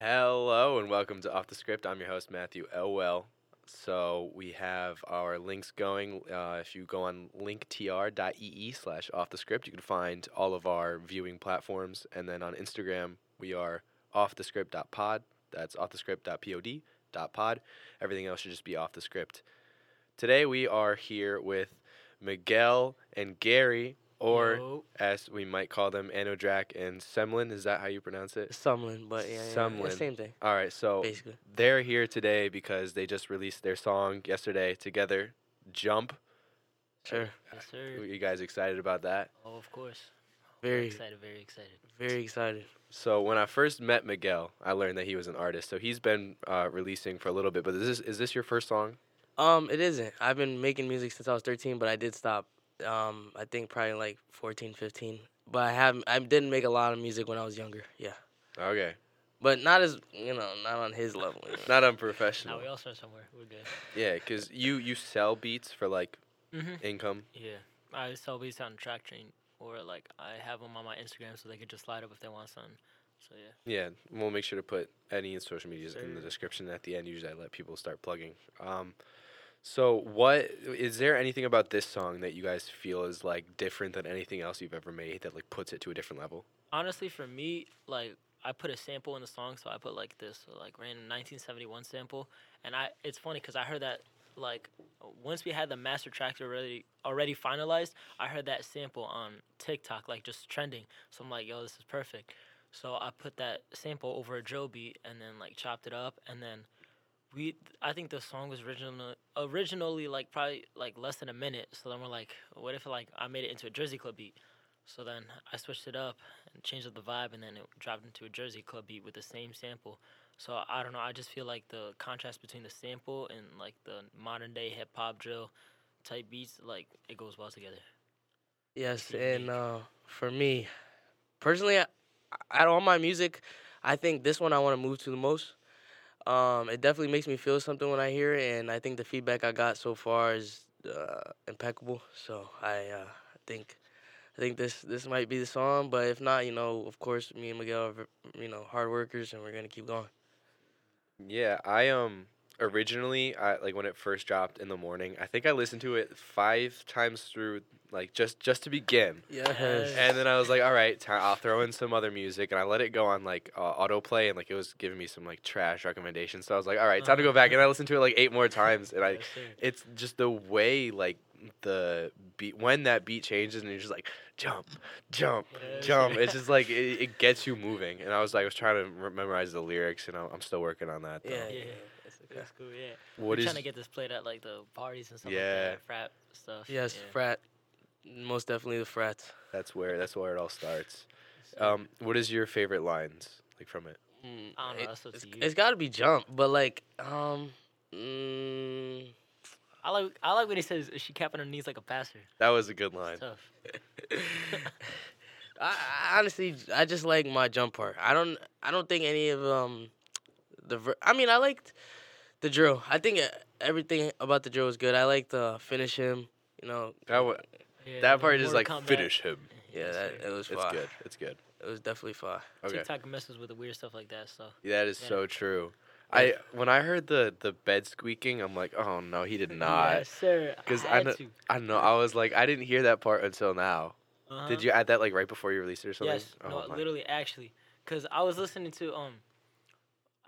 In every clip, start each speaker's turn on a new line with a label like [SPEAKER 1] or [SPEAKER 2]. [SPEAKER 1] Hello and welcome to Off the Script. I'm your host Matthew Elwell. So we have our links going. Uh, if you go on linktr.ee slash off the script, you can find all of our viewing platforms. And then on Instagram, we are off the script.pod. That's off the script.pod.pod. Everything else should just be off the script. Today we are here with Miguel and Gary, or
[SPEAKER 2] Yo,
[SPEAKER 1] as we might call them, Anodrak and Semlin. Is that how you pronounce it?
[SPEAKER 2] Sumlin, but yeah, yeah, yeah,
[SPEAKER 1] Sumlin. Oh,
[SPEAKER 2] it's same thing
[SPEAKER 1] All right, so
[SPEAKER 2] basically.
[SPEAKER 1] they're here today because they just released their song yesterday together, Jump.
[SPEAKER 2] Sure,
[SPEAKER 3] Yes, sir.
[SPEAKER 1] Are you guys excited about that?
[SPEAKER 3] Oh, of course. Very
[SPEAKER 2] very,
[SPEAKER 3] excited. Very excited.
[SPEAKER 2] very excited.
[SPEAKER 1] So when I first met Miguel, I learned that he was an artist. So he's been uh, releasing for a little bit, but is this is this your first song?
[SPEAKER 2] Um, it isn't. I've been making music since I was 13, but I did stop. Um, I think probably like 14, 15. But I haven't. I didn't make a lot of music when I was younger. Yeah,
[SPEAKER 1] Okay,
[SPEAKER 2] but not as you know, not on his level. you know.
[SPEAKER 1] not
[SPEAKER 3] Now
[SPEAKER 1] unprofessional.
[SPEAKER 3] we all start somewhere. We're good.
[SPEAKER 1] Yeah, because you you sell beats for like
[SPEAKER 3] Mhm.
[SPEAKER 1] income.
[SPEAKER 3] Yeah. I sell these on track chain, or like I have them on my Instagram, so they can just slide up if they want something. So yeah.
[SPEAKER 1] Yeah, we'll make sure to put any social medias in the
[SPEAKER 2] Sure.
[SPEAKER 1] description at the end. Usually, I let people start plugging. Um, so, what is there anything about this song that you guys feel is like different than anything else you've ever made that like puts it to a different level?
[SPEAKER 3] Honestly, for me, like I put a sample in the song, so I put like this like random 1971 sample, and I it's funny because I heard that like once we had the master tracks already already finalized, I heard that sample on TikTok like just trending. So I'm like, yo, this is perfect. So I put that sample over a drill beat and then like chopped it up and then we I think the song was originally originally like probably like less than a minute. So then we're like, what if like I made it into a Jersey Club beat? So then I switched it up and changed up the vibe and then it dropped into a Jersey Club beat with the same sample. So I don't know, I just feel like the contrast between the sample and like the modern day hip hop drill type beats like it goes well together.
[SPEAKER 2] Yes,
[SPEAKER 3] Keep
[SPEAKER 2] and
[SPEAKER 3] me.
[SPEAKER 2] uh, for me, personally, I- out of all my music, I think this one I want to move to the most. Um, it definitely makes me feel something when I hear it, and I think the feedback I got so far is uh, impeccable. So I uh, think, I think this this might be the song. But if not, you know, of course, me and Miguel are, v- you know, hard workers, and we're gonna keep going.
[SPEAKER 1] Yeah, I um originally I like when it first dropped in the morning. I think I listened to it five times through, like just just to begin.
[SPEAKER 3] Yes.
[SPEAKER 1] And then I was like, all right, ti- I'll throw in some other music, and I let it go on like uh, autoplay, and like it was giving me some like trash recommendations. So I was like, all right, time to go
[SPEAKER 3] Uh-huh.
[SPEAKER 1] back, and I listened to it like eight more times, and I,
[SPEAKER 3] Yes, sir.
[SPEAKER 1] it's just the way like the beat when that beat changes, and you're just like jump, jump,
[SPEAKER 3] Yes,
[SPEAKER 1] jump.
[SPEAKER 3] sir.
[SPEAKER 1] It's just like it, it gets you moving, and I was like, I was trying to re- memorize the lyrics, and I'm, I'm still working on that. Though.
[SPEAKER 2] Yeah.
[SPEAKER 3] Yeah.
[SPEAKER 2] yeah. that's okay.
[SPEAKER 3] That's cool, yeah.
[SPEAKER 1] What
[SPEAKER 3] We're
[SPEAKER 1] is
[SPEAKER 3] trying to get this played at like the parties and stuff
[SPEAKER 1] Yeah.
[SPEAKER 3] like that, frat stuff.
[SPEAKER 2] Yes,
[SPEAKER 3] yeah.
[SPEAKER 2] frat, most definitely the frats.
[SPEAKER 1] that's where that's where it all starts. Um, what is your favorite lines like from it?
[SPEAKER 2] Mm,
[SPEAKER 3] I don't know,
[SPEAKER 2] it-
[SPEAKER 3] that's up to
[SPEAKER 2] it's-
[SPEAKER 3] you.
[SPEAKER 2] it's got to be jump, but like, um, mm,
[SPEAKER 3] I like I like when he says she capping her knees like a passer.
[SPEAKER 1] That was a good line.
[SPEAKER 3] It's tough.
[SPEAKER 2] I, I honestly, j- I just like my jump part. I don't, I don't think any of um, the, ver- I mean, I liked the drill. I think uh, everything about the drill was good. I liked uh, finish him. You know,
[SPEAKER 1] That wa-
[SPEAKER 3] Yeah,
[SPEAKER 1] that
[SPEAKER 3] the
[SPEAKER 1] part is
[SPEAKER 3] Mortal
[SPEAKER 1] like
[SPEAKER 3] Kombat.
[SPEAKER 1] finish him.
[SPEAKER 2] yeah,
[SPEAKER 3] Yes,
[SPEAKER 2] that,
[SPEAKER 3] sir.
[SPEAKER 2] it was
[SPEAKER 1] It's
[SPEAKER 2] fire.
[SPEAKER 1] good. It's good.
[SPEAKER 2] It was definitely fire.
[SPEAKER 1] Okay,
[SPEAKER 3] TikTok messes with the weird stuff like that. So
[SPEAKER 1] that is
[SPEAKER 3] Yeah.
[SPEAKER 1] so true. I when I heard the the bed squeaking, I'm like, oh no, he did not.
[SPEAKER 3] yes, sir.
[SPEAKER 1] 'Cause I
[SPEAKER 3] I, had
[SPEAKER 1] kno-
[SPEAKER 3] to.
[SPEAKER 1] I don't know. I was like, I didn't hear that part until now.
[SPEAKER 3] Uh-huh.
[SPEAKER 1] Did you add that like right before you released it or something?
[SPEAKER 3] Yes.
[SPEAKER 1] Oh,
[SPEAKER 3] no,
[SPEAKER 1] my-
[SPEAKER 3] literally, actually, because I was listening to um,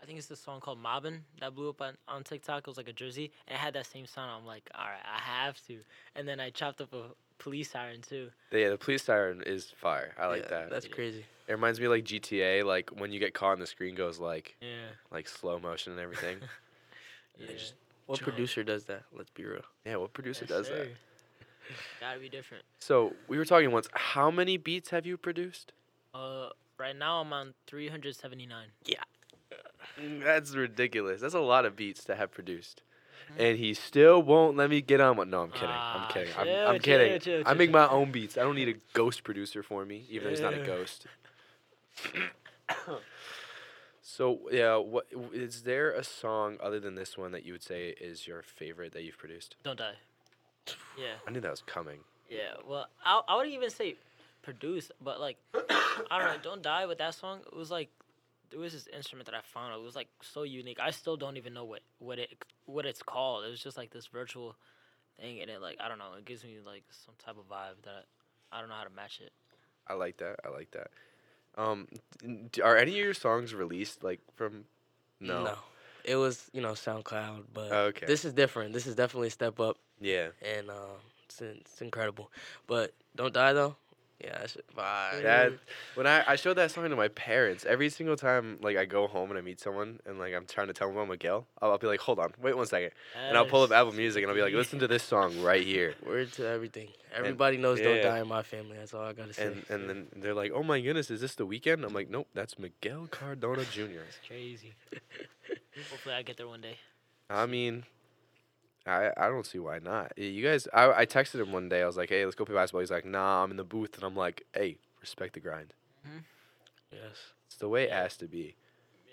[SPEAKER 3] I think it's the song called "Mobbin" that blew up on, on TikTok. It was like a Jersey, and it had that same sound. I'm like, all right, I have to. And then I chopped up a police siren too.
[SPEAKER 1] Yeah, the police siren is fire. I like
[SPEAKER 2] Yeah,
[SPEAKER 1] that.
[SPEAKER 2] That's
[SPEAKER 3] Yeah.
[SPEAKER 2] crazy.
[SPEAKER 1] It reminds me like GTA, like when you get caught and the screen goes like
[SPEAKER 3] Yeah.
[SPEAKER 1] like slow motion and everything.
[SPEAKER 3] Yeah.
[SPEAKER 2] I just- What
[SPEAKER 3] Jump.
[SPEAKER 2] producer does that? Let's be real.
[SPEAKER 1] yeah, what producer
[SPEAKER 3] Yes,
[SPEAKER 1] does that?
[SPEAKER 3] sir. Gotta be different.
[SPEAKER 1] So we were talking once. How many beats have you produced?
[SPEAKER 3] Uh, right now I'm on 379.
[SPEAKER 1] That's ridiculous. That's a lot of beats to have produced.
[SPEAKER 3] Mhm.
[SPEAKER 1] And he still won't let me get on one. No, I'm kidding. I'm
[SPEAKER 3] Ah,
[SPEAKER 1] kidding. I'm,
[SPEAKER 3] chill,
[SPEAKER 1] I'm kidding.
[SPEAKER 3] chill, chill,
[SPEAKER 1] I
[SPEAKER 3] chill,
[SPEAKER 1] make
[SPEAKER 3] chill.
[SPEAKER 1] my own beats. I don't need a ghost producer for me, even though he's not a
[SPEAKER 3] Yeah.
[SPEAKER 1] ghost. so yeah, what is there a song other than this one that you would say is your favorite that you've produced?
[SPEAKER 3] Don't die. Yeah.
[SPEAKER 1] I knew that was coming.
[SPEAKER 3] Yeah, well, I I wouldn't even say produce, but like I don't know. Don't die with that song. It was like it was this instrument that I found. It was like so unique. I still don't even know what what it what it's called. It was just like this virtual thing, and it like I don't know. It gives me like some type of vibe that I, I don't know how to match it.
[SPEAKER 1] I like that. I like that. Um, n- d- are any of your songs released like from? No. Oh,
[SPEAKER 2] It was, you know, SoundCloud, but
[SPEAKER 1] Okay.
[SPEAKER 2] this is different. This is definitely a step up,
[SPEAKER 1] Yeah.
[SPEAKER 2] and um, it's, it's incredible. But don't die though. Yeah, that shit fire.
[SPEAKER 1] That when I, I showed that song to my parents, every single time like I go home and I meet someone and like I'm trying to tell them about Miguel, I'll, I'll be like, hold on, wait one second, and I'll pull up Apple Music and I'll be like, listen to this song right here,
[SPEAKER 2] word to everything. Everybody knows
[SPEAKER 1] yeah.
[SPEAKER 2] don't die in my family. That's all I gotta say.
[SPEAKER 1] and and then they're like, oh my goodness, is this the weekend? I'm like, nope, that's Miguel Cardona Jr.
[SPEAKER 3] It's crazy. Hopefully, I get there one day.
[SPEAKER 1] I mean, I I don't see why not. Y- You guys, I I texted him one day. I was like, hey, let's go play basketball. He's like, nah, I'm in the booth, and I'm like, hey, respect the grind.
[SPEAKER 2] yes.
[SPEAKER 1] It's the way it
[SPEAKER 3] Yeah.
[SPEAKER 1] has to be.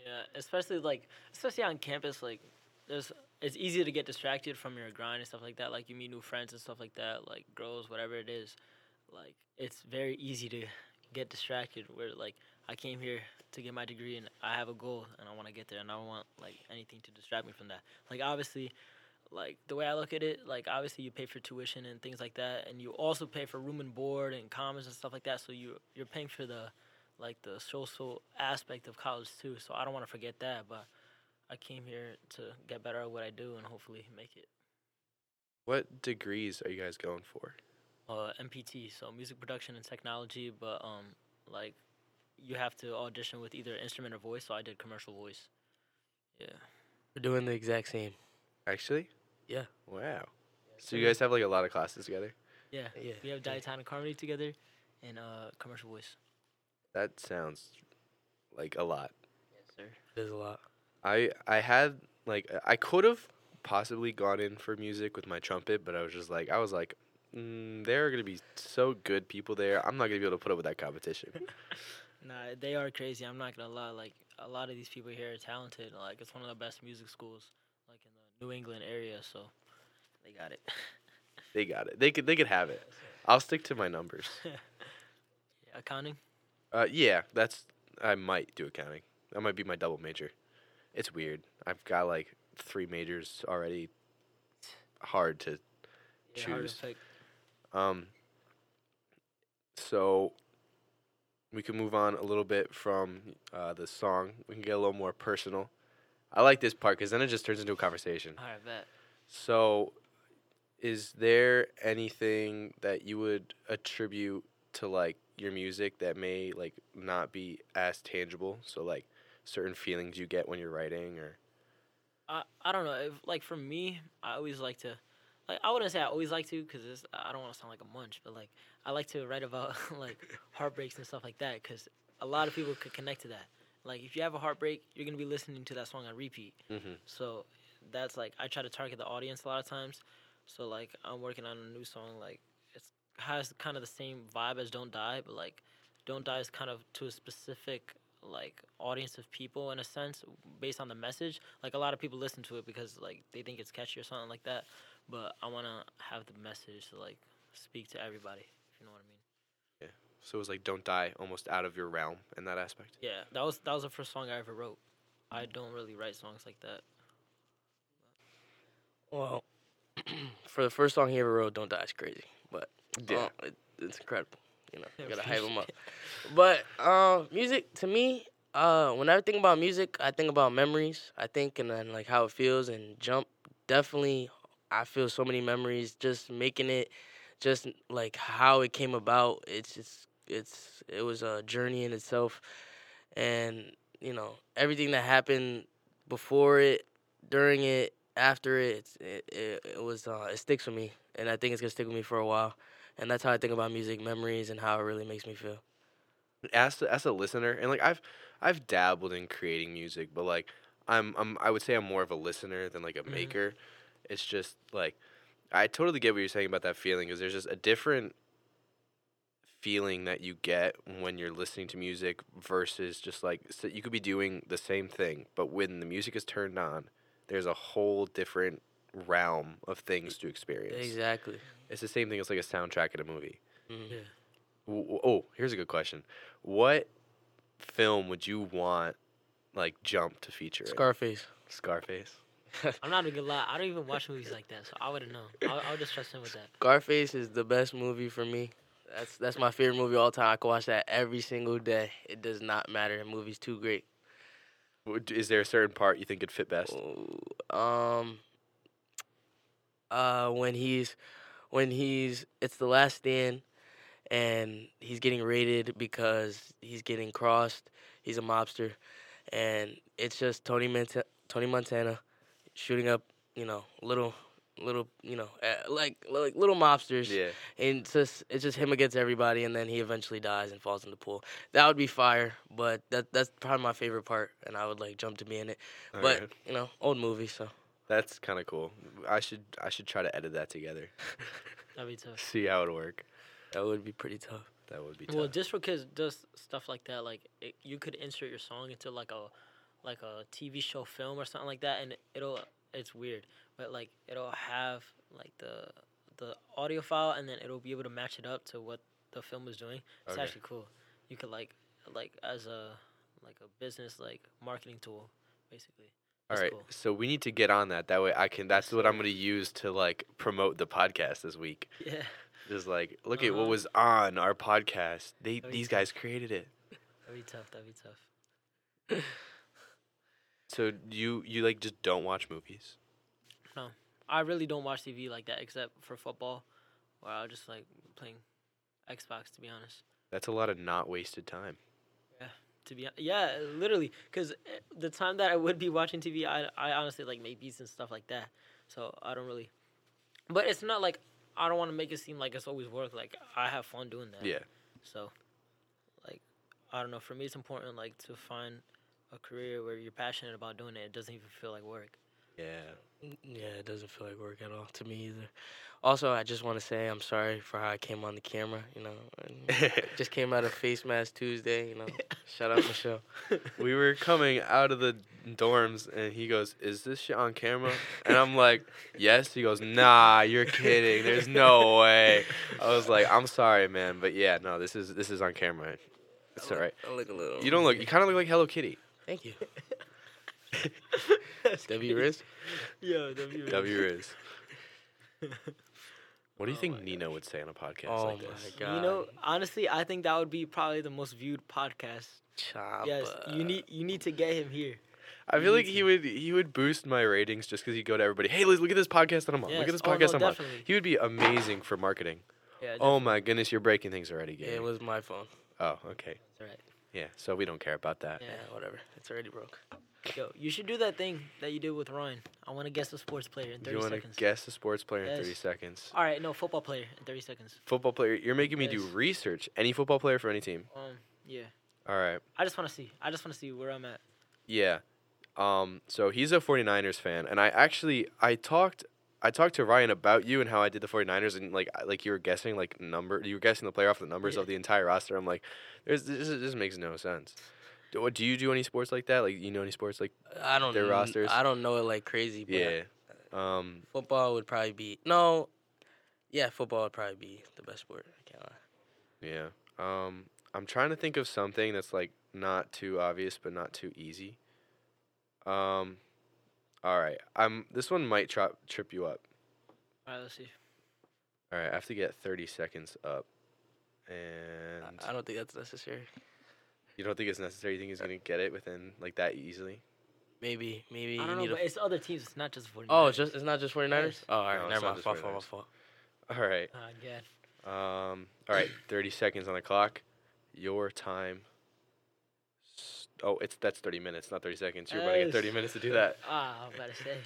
[SPEAKER 3] Yeah, especially like especially on campus, like there's it's easy to get distracted from your grind and stuff like that. Like you meet new friends and stuff like that, like girls, whatever it is. Like it's very easy to get distracted. Where like I came here to get my degree and I have a goal and I want to get there and I don't want like anything to distract me from that. Like obviously. Like the way I look at it, like obviously you pay for tuition and things like that, and you also pay for room and board and commons and stuff like that. So you you're paying for the like the social aspect of college too. So I don't want to forget that. But I came here to get better at what I do and hopefully make it.
[SPEAKER 1] What degrees are you guys going for?
[SPEAKER 3] Uh, MPT, so music production and technology. But um, like you have to audition with either instrument or voice. So I did commercial voice. Yeah.
[SPEAKER 2] We're doing the exact same.
[SPEAKER 1] Actually?
[SPEAKER 2] Yeah.
[SPEAKER 1] Wow. So you guys have like a lot of classes together?
[SPEAKER 3] Yeah.
[SPEAKER 2] Yeah.
[SPEAKER 3] We have diatonic harmony together, and uh, commercial voice.
[SPEAKER 1] That sounds like a lot.
[SPEAKER 3] Yes, sir.
[SPEAKER 2] There's a lot.
[SPEAKER 1] I I had like I could have possibly gone in for music with my trumpet, but I was just like I was like mm, there are gonna be so good people there. I'm not gonna be able to put up with that competition.
[SPEAKER 3] Nah, they are crazy. I'm not gonna lie. Like a lot of these people here are talented. Like it's one of the best music schools, like in the New England area. So they got it.
[SPEAKER 1] they got it. They could they could have it. I'll stick to my numbers.
[SPEAKER 3] Accounting.
[SPEAKER 1] Uh, yeah, that's I might do accounting. That might be my double major. It's weird. I've got like three majors already. Hard to
[SPEAKER 3] Yeah, hard to
[SPEAKER 1] Choose.
[SPEAKER 3] pick.
[SPEAKER 1] Um, so we can move on a little bit from uh, the song. We can get a little more personal. I like this part because then it just turns into a conversation.
[SPEAKER 3] All right, bet.
[SPEAKER 1] So, is there anything that you would attribute to like your music that may like not be as tangible? So like certain feelings you get when you're writing, or
[SPEAKER 3] I, I don't know. If, like for me, I always like to, like I wouldn't say I always like to because I don't want to sound like a munch, but like I like to write about like heartbreaks and stuff like that because a lot of people could connect to that. Like if you have a heartbreak, you're gonna be listening to that song on repeat.
[SPEAKER 1] Mhm.
[SPEAKER 3] So that's like I try to target the audience a lot of times. So like I'm working on a new song like it's has kind of the same vibe as Don't Die, but like Don't Die is kind of to a specific like audience of people in a sense based on the message. Like a lot of people listen to it because like they think it's catchy or something like that. But I wanna have the message to like speak to everybody, if you know what I mean.
[SPEAKER 1] so it was like "Don't Die" almost out of your realm in that aspect.
[SPEAKER 3] Yeah, that was that was the first song I ever wrote. I don't really write songs like that.
[SPEAKER 2] Well, for the first song he ever wrote, "Don't Die" is crazy, but
[SPEAKER 1] Yeah.
[SPEAKER 2] uh, it, it's incredible. You know, you gotta hype
[SPEAKER 3] Appreciate
[SPEAKER 2] him up. But um, music to me, uh, when I think about music, I think about memories. I think and then like how it feels and jump. Definitely, I feel so many memories just making it, just like how it came about. It's just it's it was a journey in itself, and you know everything that happened before it, during it, after it. It's, it it, it was uh, it sticks with me, and I think it's gonna stick with me for a while. And that's how I think about music, memories, and how it really makes me feel.
[SPEAKER 1] as a, as a listener and like I've I've dabbled in creating music, but like I'm I'm I would say I'm more of a listener than like a
[SPEAKER 3] Mhm.
[SPEAKER 1] maker. It's just like I totally get what you're saying about that feeling because there's just a different feeling that you get when you're listening to music versus just like so you could be doing the same thing, but when the music is turned on, there's a whole different realm of things to experience.
[SPEAKER 2] Exactly.
[SPEAKER 1] It's the same thing as like a soundtrack in a movie.
[SPEAKER 2] Mhm.
[SPEAKER 3] Yeah.
[SPEAKER 1] W- w- Oh, here's a good question. What film would you want like jump to feature it.
[SPEAKER 2] Scarface.
[SPEAKER 1] Scarface.
[SPEAKER 3] I'm not even gonna lie. I don't even watch movies like that, so I wouldn't know. I'll, I'll just trust him with that.
[SPEAKER 2] Scarface is the best movie for me. That's that's my favorite movie of all time. I can watch that every single day. It does not matter. The movie's too great.
[SPEAKER 1] Would- Is there a certain part you think would fit best?
[SPEAKER 2] Ooh, Um. Uh, when he's, when he's, it's the last stand, and he's getting raided because he's getting crossed. He's a mobster, and it's just Tony Manta- Tony Montana, shooting up, you know, little, little, you know, uh, like like little mobsters
[SPEAKER 1] Yeah.
[SPEAKER 2] and it's just it's just him against everybody, and then he eventually dies and falls in the pool. That would be fire, but that that's probably my favorite part, and I would like jump to be in it. but
[SPEAKER 1] Alright.
[SPEAKER 2] you know, old movie, so
[SPEAKER 1] that's kind of cool. I should I should try to edit that together.
[SPEAKER 3] That'd be tough.
[SPEAKER 1] See how it work.
[SPEAKER 2] that would be pretty tough.
[SPEAKER 1] That would be
[SPEAKER 3] Well,
[SPEAKER 1] tough.
[SPEAKER 3] Distro Kids does stuff like that. Like it, you could insert your song into like a, like a TV show film or something like that, and it'll it's weird, but like it'll have like the the audio file, and then it'll be able to match it up to what the film is doing. It's
[SPEAKER 1] Okay.
[SPEAKER 3] actually cool. You could like like as a like a business like marketing tool, basically.
[SPEAKER 1] All
[SPEAKER 3] that's
[SPEAKER 1] right.
[SPEAKER 3] cool.
[SPEAKER 1] So we need to get on that. That way I can. That's what I'm gonna use to like promote the podcast this week.
[SPEAKER 3] Yeah.
[SPEAKER 1] Just like look at what
[SPEAKER 3] Uh-huh.
[SPEAKER 1] was on our podcast. They
[SPEAKER 3] That'd be
[SPEAKER 1] these
[SPEAKER 3] tough.
[SPEAKER 1] guys created it.
[SPEAKER 3] That'd be tough. That'd be tough.
[SPEAKER 1] So you you like just don't watch movies.
[SPEAKER 3] I really don't watch TV like that except for football, where I'll just like playing Xbox. To be honest,
[SPEAKER 1] That's a lot of not wasted time.
[SPEAKER 3] to be hon- yeah, literally, because the time that I would be watching TV, I I honestly like make beats and stuff like that. So I don't really, but it's not like I don't want to make it seem like it's always work. Like I have fun doing that.
[SPEAKER 1] Yeah.
[SPEAKER 3] So, like, I don't know. For me, it's important like to find a career where you're passionate about doing it. It doesn't even feel like work.
[SPEAKER 1] Yeah.
[SPEAKER 2] N- Yeah, it doesn't feel like work at all to me either. Also, I just want to say I'm sorry for how I came on the camera. You know, and just came out of Face Mask Tuesday. You know, shout out Michelle.
[SPEAKER 1] we were coming out of the dorms and he goes, Is this shit on camera? And I'm like, Yes. He goes, Nah, you're kidding. There's no way. I was like, I'm sorry, man, but yeah, no, this is this is on camera. It's all right.
[SPEAKER 2] I look a little.
[SPEAKER 1] You don't look you kinda look like Hello Kitty.
[SPEAKER 2] Thank you. W Riz.
[SPEAKER 3] Yeah, W.
[SPEAKER 1] W is. What do you
[SPEAKER 3] Oh
[SPEAKER 1] think
[SPEAKER 3] my
[SPEAKER 1] Nino would say on a podcast
[SPEAKER 2] Oh
[SPEAKER 1] like
[SPEAKER 2] my
[SPEAKER 1] this?
[SPEAKER 2] god.
[SPEAKER 3] You know, honestly, I think that would be probably the most viewed podcast.
[SPEAKER 2] Choppa.
[SPEAKER 3] yes, you need you need to get him here.
[SPEAKER 1] I feel like he would he would boost my ratings just because he'd go to everybody, Hey Liz, look at this podcast that I'm on.
[SPEAKER 3] Yes.
[SPEAKER 1] Look at this
[SPEAKER 3] Oh, no,
[SPEAKER 1] podcast I'm on.
[SPEAKER 3] definitely.
[SPEAKER 1] He would be amazing for marketing.
[SPEAKER 3] Yeah,
[SPEAKER 1] Oh my goodness, you're breaking things already,
[SPEAKER 2] Yeah, it
[SPEAKER 1] Gabe.
[SPEAKER 2] was my phone.
[SPEAKER 1] Oh, okay.
[SPEAKER 3] that's right.
[SPEAKER 1] Yeah, so we don't care about that.
[SPEAKER 2] Yeah,
[SPEAKER 3] Yeah.
[SPEAKER 2] whatever. It's already broke.
[SPEAKER 3] Yo, you should do that thing that you did with Ryan. I want to guess the sports player in 30
[SPEAKER 1] you want to
[SPEAKER 3] seconds.
[SPEAKER 1] guess the sports player in 30
[SPEAKER 3] Yes.
[SPEAKER 1] seconds?
[SPEAKER 3] All right, no, football player in 30 seconds.
[SPEAKER 1] Football player, you're making me do
[SPEAKER 3] Yes.
[SPEAKER 1] research. Any football player for any team.
[SPEAKER 3] Um, yeah.
[SPEAKER 1] All right.
[SPEAKER 3] I just want to see. I just want to see where I'm at.
[SPEAKER 1] Yeah. Um so he's a 49ers fan and I actually I talked I talked to Ryan about you and how I did the 49ers and like I- like you were guessing like number you were guessing the player off the numbers
[SPEAKER 3] Yeah.
[SPEAKER 1] of the entire roster. I'm like there's this, is- this makes no sense. Do, what- do you do any sports like that? Like you know any sports like
[SPEAKER 2] I don't
[SPEAKER 1] Their
[SPEAKER 2] kn-
[SPEAKER 1] rosters.
[SPEAKER 2] I don't know it like crazy, but
[SPEAKER 1] yeah. Um
[SPEAKER 2] football would probably be no. Yeah, football would probably be the best sport. I can't lie.
[SPEAKER 1] yeah. Um I'm trying to think of something that's like not too obvious but not too easy. Um all right. I'm this one might tri- trip you up.
[SPEAKER 3] All right, let's see.
[SPEAKER 1] All right, I have to get 30 seconds up. And
[SPEAKER 2] I, I don't think that's necessary.
[SPEAKER 1] you don't think it's necessary? You think he's going to get it within like that easily?
[SPEAKER 2] Maybe, maybe
[SPEAKER 3] I
[SPEAKER 2] you
[SPEAKER 3] don't
[SPEAKER 2] need
[SPEAKER 3] know, but
[SPEAKER 2] a.
[SPEAKER 3] it's other teams. It's not just 49.
[SPEAKER 2] Oh, it's just it's not just 49ers.
[SPEAKER 3] Yes.
[SPEAKER 2] Oh, all right,
[SPEAKER 1] No, it's
[SPEAKER 2] never
[SPEAKER 1] not
[SPEAKER 2] mind.
[SPEAKER 1] just
[SPEAKER 2] My fault, my
[SPEAKER 1] 49ers.
[SPEAKER 2] fault.
[SPEAKER 1] All right.
[SPEAKER 3] Oh, God.
[SPEAKER 1] Um all right, 30 seconds on the clock. Your time s- Oh, it's that's 30 minutes, not 30 seconds. You're about to get
[SPEAKER 3] Yes.
[SPEAKER 1] 30 minutes to do that.
[SPEAKER 3] Ah, I was about to say.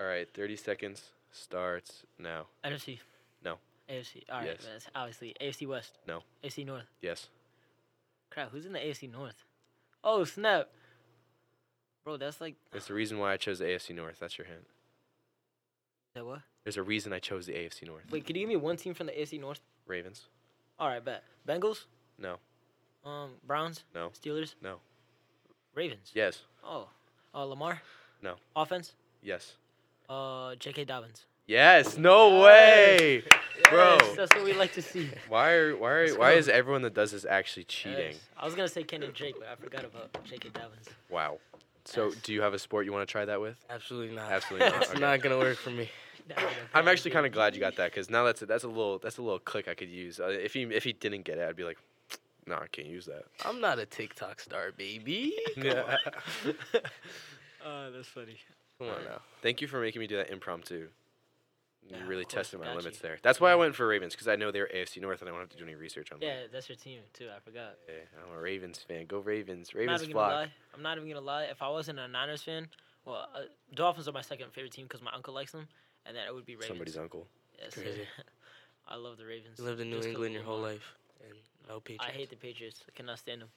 [SPEAKER 1] All right, 30 seconds starts now.
[SPEAKER 3] NFC.
[SPEAKER 1] No.
[SPEAKER 3] AFC. All right,
[SPEAKER 1] Yes.
[SPEAKER 3] man, it's obviously. AFC West.
[SPEAKER 1] No.
[SPEAKER 3] AFC North.
[SPEAKER 1] Yes.
[SPEAKER 3] Crap, who's in the AFC North? Oh, snap. Bro, that's like.
[SPEAKER 1] That's the reason why I chose the AFC North. That's your hint.
[SPEAKER 3] That what?
[SPEAKER 1] There's a reason I chose the AFC North.
[SPEAKER 3] Wait, could you give me one team from the AFC North?
[SPEAKER 1] Ravens?
[SPEAKER 3] All right, bet. Bengals?
[SPEAKER 1] No.
[SPEAKER 3] Um, Browns?
[SPEAKER 1] No.
[SPEAKER 3] Steelers?
[SPEAKER 1] No.
[SPEAKER 3] Ravens?
[SPEAKER 1] Yes.
[SPEAKER 3] Oh. Uh, Lamar?
[SPEAKER 1] No.
[SPEAKER 3] Offense?
[SPEAKER 1] Yes.
[SPEAKER 3] Uh, J.K. Dobbins.
[SPEAKER 1] Yes. No
[SPEAKER 3] Yes.
[SPEAKER 1] way. Bro.
[SPEAKER 3] Yes, that's what we like to see.
[SPEAKER 1] Why are why are,
[SPEAKER 3] Let's
[SPEAKER 1] why
[SPEAKER 3] go.
[SPEAKER 1] is everyone that does this actually cheating?
[SPEAKER 3] Yes. I was going to say Ken and Drake, but I forgot about J.K. Dobbins.
[SPEAKER 1] Wow. So,
[SPEAKER 3] Yes.
[SPEAKER 1] do you have a sport you want to try that with?
[SPEAKER 2] Absolutely not.
[SPEAKER 1] Absolutely not,
[SPEAKER 2] it's
[SPEAKER 1] okay.
[SPEAKER 2] not gonna work for me.
[SPEAKER 1] I'm actually kind of glad you got that because now that's a, that's a little that's a little click I could use. Uh, if he if he didn't get it, I'd be like, no, I can't use that.
[SPEAKER 2] I'm not a TikTok star, baby.
[SPEAKER 1] Yeah.
[SPEAKER 3] Oh, that's funny.
[SPEAKER 2] Come on now.
[SPEAKER 1] Thank you for making me do that impromptu. You
[SPEAKER 3] Yeah,
[SPEAKER 1] really
[SPEAKER 3] of course,
[SPEAKER 1] tested my
[SPEAKER 3] got
[SPEAKER 1] limits
[SPEAKER 3] you.
[SPEAKER 1] there. That's why I went for Ravens because I know they're AFC North and I don't have to do any research on them.
[SPEAKER 3] Yeah, that's your team too. I forgot.
[SPEAKER 1] Yeah, I'm a Ravens fan. Go Ravens.
[SPEAKER 3] I'm not
[SPEAKER 1] Ravens
[SPEAKER 3] even gonna
[SPEAKER 1] flock.
[SPEAKER 3] lie. I'm not even gonna lie. If I wasn't a Niners fan, well, uh, Dolphins are my second favorite team because my uncle likes them, and then it would be Ravens.
[SPEAKER 1] Somebody's uncle.
[SPEAKER 3] Yes,
[SPEAKER 2] Crazy.
[SPEAKER 3] I love the Ravens.
[SPEAKER 2] You lived in New
[SPEAKER 3] Just 'cause
[SPEAKER 2] England
[SPEAKER 3] of
[SPEAKER 2] your whole
[SPEAKER 3] Lamar.
[SPEAKER 2] life, and no Patriots.
[SPEAKER 3] I hate Uh, the Patriots. I cannot stand them.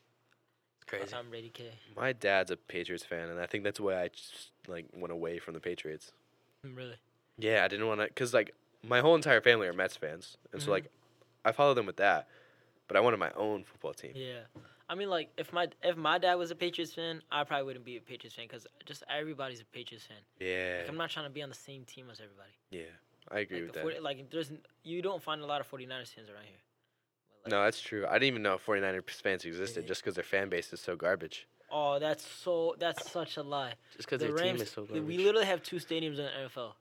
[SPEAKER 2] crazy.
[SPEAKER 3] I'm Brady K.
[SPEAKER 1] My dad's a Patriots fan, and I think that's why I just, like went away from the Patriots. Mm,
[SPEAKER 3] Really?
[SPEAKER 1] Yeah, I didn't want to because like my whole entire family are Mets fans, and so
[SPEAKER 3] Mhm.
[SPEAKER 1] like I followed them with that, but I wanted my own football team.
[SPEAKER 3] Yeah. I mean, like, if my if my dad was a Patriots fan, I probably wouldn't be a Patriots fan because just everybody's a Patriots fan.
[SPEAKER 1] Yeah,
[SPEAKER 3] Like, I'm not trying to be on the same team as everybody.
[SPEAKER 1] yeah, I agree
[SPEAKER 3] Like,
[SPEAKER 1] with
[SPEAKER 3] the
[SPEAKER 1] that.
[SPEAKER 3] 40, like, there's n- you don't find a lot of 49ers fans around here. But,
[SPEAKER 1] no,
[SPEAKER 3] like,
[SPEAKER 1] that's true. I didn't even know 49ers fans existed just because their fan base is so garbage.
[SPEAKER 3] Oh, that's so. That's such a lie.
[SPEAKER 2] Just because
[SPEAKER 3] the
[SPEAKER 2] their
[SPEAKER 3] Rams.
[SPEAKER 2] team is so
[SPEAKER 3] th-
[SPEAKER 2] garbage.
[SPEAKER 3] we literally have two stadiums in the NFL,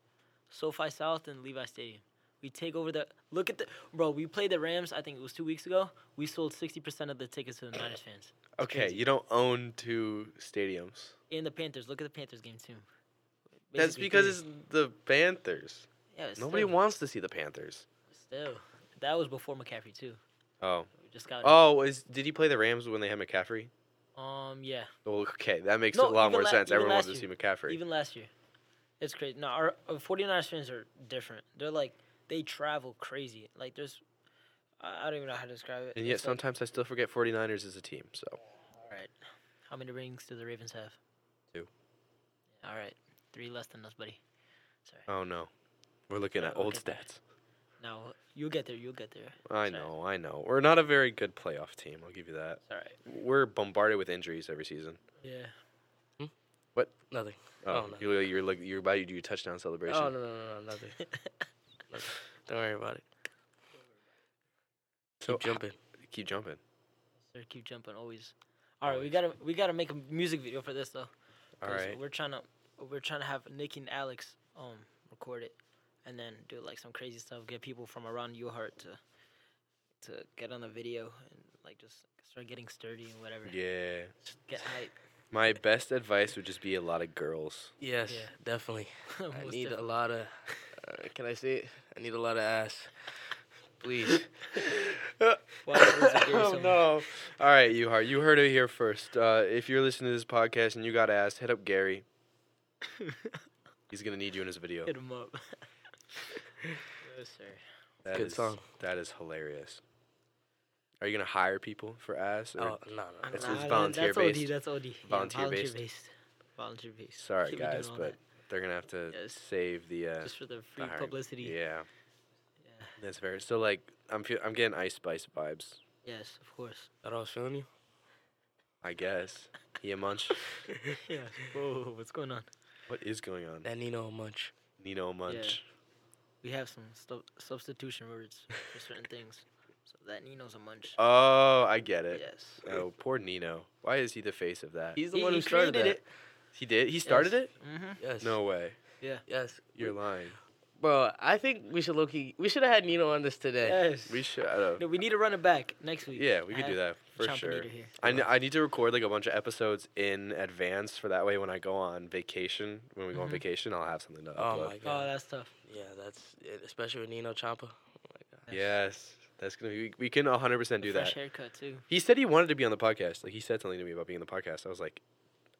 [SPEAKER 3] SoFi South and Levi Stadium. We take over the. Look at the bro. We played the Rams. I think it was two weeks ago. We sold 60% of the tickets to the Niners fans.
[SPEAKER 1] Okay,
[SPEAKER 3] crazy.
[SPEAKER 1] you don't own two stadiums.
[SPEAKER 3] And the Panthers. Look at the Panthers game too.
[SPEAKER 1] That's
[SPEAKER 3] Basically
[SPEAKER 1] because
[SPEAKER 3] three.
[SPEAKER 1] it's the Panthers.
[SPEAKER 3] Yeah, it's
[SPEAKER 1] Nobody
[SPEAKER 3] still,
[SPEAKER 1] wants to see the Panthers.
[SPEAKER 3] Still, that was before McCaffrey too.
[SPEAKER 1] Oh,
[SPEAKER 3] We just got.
[SPEAKER 1] oh, is did he play the Rams when they had McCaffrey? Oh.
[SPEAKER 3] Um. Yeah.
[SPEAKER 1] Well, okay, that makes
[SPEAKER 3] No,
[SPEAKER 1] a lot
[SPEAKER 3] even
[SPEAKER 1] more
[SPEAKER 3] la-
[SPEAKER 1] sense.
[SPEAKER 3] even
[SPEAKER 1] Everyone wants to
[SPEAKER 3] last
[SPEAKER 1] see McCaffrey.
[SPEAKER 3] Even last year, it's crazy. No, our uh, 49ers fans are different. They're like they travel crazy. Like there's, I I don't even know how to describe it.
[SPEAKER 1] and yet
[SPEAKER 3] It's like-
[SPEAKER 1] sometimes I still forget 49ers is a team. So
[SPEAKER 3] all right, how many rings do the Ravens have?
[SPEAKER 1] Two.
[SPEAKER 3] All right, three less than us, buddy. Sorry.
[SPEAKER 1] oh no, we're looking
[SPEAKER 3] Yeah,
[SPEAKER 1] at old
[SPEAKER 3] look at that.
[SPEAKER 1] stats.
[SPEAKER 3] No, you'll get there. You'll get there.
[SPEAKER 1] I
[SPEAKER 3] Sorry.
[SPEAKER 1] know, I know. We're not a very good playoff team. I'll give you that.
[SPEAKER 3] It's all right.
[SPEAKER 1] We're bombarded with injuries every season.
[SPEAKER 3] Yeah.
[SPEAKER 2] nothing.
[SPEAKER 1] Oh,
[SPEAKER 2] Oh, no.
[SPEAKER 1] you, you're like you're about to do your touchdown celebration.
[SPEAKER 2] Oh no no no no nothing. nothing. Don't worry about it.
[SPEAKER 1] So,
[SPEAKER 2] Keep jumping.
[SPEAKER 1] Keep jumping.
[SPEAKER 3] Sir, keep jumping always. All right, we gotta we gotta make a music video for this though.
[SPEAKER 1] All
[SPEAKER 3] 'cause
[SPEAKER 1] right.
[SPEAKER 3] We're trying to we're trying to have Nick and Alex um record it, and then do like some crazy stuff. Get people from around your heart to to get on the video and like just start getting sturdy and whatever.
[SPEAKER 1] Yeah.
[SPEAKER 3] Get hype.
[SPEAKER 1] My best advice would just be a lot of girls.
[SPEAKER 2] Yes,
[SPEAKER 3] Yeah.
[SPEAKER 2] definitely. I
[SPEAKER 3] Most
[SPEAKER 2] need
[SPEAKER 3] definitely.
[SPEAKER 2] a lot of. Uh, can I say it? I need a lot of ass. Please.
[SPEAKER 3] Why is it scary so
[SPEAKER 1] oh
[SPEAKER 3] much?
[SPEAKER 1] no! All right, you heard you heard it here first. Uh, if you're listening to this podcast and you got asked, hit up Gary. He's gonna need you in his video.
[SPEAKER 3] Hit him up. yes, sir.
[SPEAKER 1] That
[SPEAKER 2] Good
[SPEAKER 1] is-
[SPEAKER 2] song.
[SPEAKER 1] That is hilarious. Are you gonna hire people for ass?
[SPEAKER 2] Oh
[SPEAKER 1] Or?
[SPEAKER 2] no no.
[SPEAKER 1] That's-
[SPEAKER 3] I'm not-
[SPEAKER 1] it's
[SPEAKER 3] I don't-
[SPEAKER 1] volunteer
[SPEAKER 3] that's OD,
[SPEAKER 1] based.
[SPEAKER 3] That's OD. Yeah,
[SPEAKER 1] Volunteer based.
[SPEAKER 3] based. Volunteer based.
[SPEAKER 1] Sorry
[SPEAKER 3] Can't be doing
[SPEAKER 1] guys,
[SPEAKER 3] all
[SPEAKER 1] but
[SPEAKER 3] that
[SPEAKER 1] they're gonna have to
[SPEAKER 3] Yes.
[SPEAKER 1] save the uh,
[SPEAKER 3] just for the
[SPEAKER 1] the
[SPEAKER 3] free
[SPEAKER 1] hiring.
[SPEAKER 3] publicity.
[SPEAKER 1] Yeah,
[SPEAKER 3] Yeah.
[SPEAKER 1] that's fair. So like, I'm feel- I'm getting Ice Spice vibes.
[SPEAKER 3] Yes, of course.
[SPEAKER 2] Thought I was feeling you.
[SPEAKER 1] I guess. Yeah, Munch.
[SPEAKER 3] yeah. Whoa, what's going on?
[SPEAKER 1] What is going on?
[SPEAKER 2] That Nino munch.
[SPEAKER 1] Nino Munch.
[SPEAKER 3] We have some stu- substitution words for certain things. So that Nino's a munch.
[SPEAKER 1] Oh, I get it.
[SPEAKER 3] yes.
[SPEAKER 1] Oh, poor Nino. Why is he the face of that?
[SPEAKER 2] He's the
[SPEAKER 3] He-
[SPEAKER 2] one
[SPEAKER 3] he
[SPEAKER 2] who started that.
[SPEAKER 3] created
[SPEAKER 1] He did. He started
[SPEAKER 3] Yes.
[SPEAKER 1] it.
[SPEAKER 3] Mm-hmm.
[SPEAKER 2] Yes.
[SPEAKER 1] No way.
[SPEAKER 2] Yes.
[SPEAKER 1] You're lying.
[SPEAKER 2] Bro, I think we should look. We should have had Nino on this today.
[SPEAKER 3] Yes.
[SPEAKER 1] We should. I don't,
[SPEAKER 3] no, we need to run it back next week.
[SPEAKER 1] yeah, we could do
[SPEAKER 3] Have
[SPEAKER 1] that for
[SPEAKER 3] Champa
[SPEAKER 1] sure.
[SPEAKER 3] Nita Here.
[SPEAKER 1] I, ne- I need to record like a bunch of episodes in advance for that way when I go on vacation, when we go on
[SPEAKER 3] Mhm.
[SPEAKER 1] vacation, I'll have something to
[SPEAKER 2] Mm-hmm. Oh
[SPEAKER 1] upload.
[SPEAKER 2] my
[SPEAKER 3] Oh,
[SPEAKER 2] god.
[SPEAKER 3] that's tough.
[SPEAKER 2] Yeah, that's it, especially with Nino Champa.
[SPEAKER 3] That's
[SPEAKER 1] Yes, that's gonna be. We can 100 percent
[SPEAKER 3] a
[SPEAKER 1] do
[SPEAKER 3] fresh
[SPEAKER 1] that.
[SPEAKER 3] haircut too.
[SPEAKER 1] He said he wanted to be on the podcast. Like he said something to me about being on the podcast. I was like,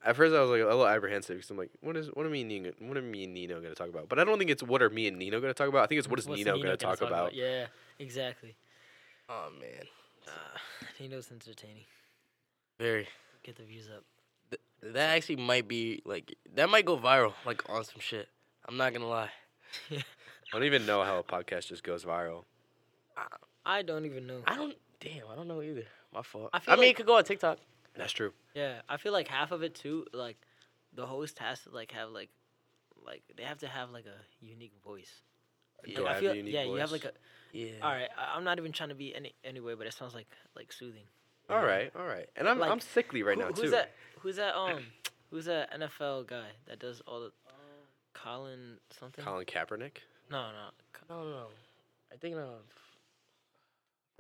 [SPEAKER 1] at first I was like a little apprehensive because I'm like, what is what are me and Nino, what are me and Nino gonna talk about? But I don't think it's what are me and Nino gonna talk about. I think it's what is
[SPEAKER 3] What's
[SPEAKER 1] Nino, gonna, talk, about.
[SPEAKER 3] Yeah, exactly.
[SPEAKER 2] Oh man.
[SPEAKER 3] Uh, Nino's entertaining.
[SPEAKER 2] Very.
[SPEAKER 3] Get the views up.
[SPEAKER 2] That actually might be like that might go viral like on some shit. I'm not gonna lie.
[SPEAKER 1] I don't even know how a podcast just goes viral.
[SPEAKER 3] I don't even know.
[SPEAKER 2] I don't. Damn, I don't know either. My fault.
[SPEAKER 3] I
[SPEAKER 2] I,
[SPEAKER 3] feel
[SPEAKER 2] mean,
[SPEAKER 3] like-
[SPEAKER 2] it could go on TikTok.
[SPEAKER 1] That's true.
[SPEAKER 3] Yeah, I feel like half of it too. Like, the host has to like have like, like they have to have like a unique voice.
[SPEAKER 1] Do
[SPEAKER 3] Like,
[SPEAKER 1] I
[SPEAKER 3] I
[SPEAKER 1] have
[SPEAKER 3] feel,
[SPEAKER 1] a unique
[SPEAKER 3] yeah, you have
[SPEAKER 1] voice?
[SPEAKER 3] like a.
[SPEAKER 2] Yeah.
[SPEAKER 3] All right, I, I'm not even trying to be any anyway, but it sounds like like soothing.
[SPEAKER 1] All right, all right. And I'm
[SPEAKER 3] Like,
[SPEAKER 1] I'm sickly right
[SPEAKER 3] Who-
[SPEAKER 1] now
[SPEAKER 3] who's
[SPEAKER 1] too.
[SPEAKER 3] that? Who's that? Um, Who's that NFL guy that does all the Colin something?
[SPEAKER 1] Colin Kaepernick.
[SPEAKER 3] No, no. Co-
[SPEAKER 2] No, no, no. I think um, no.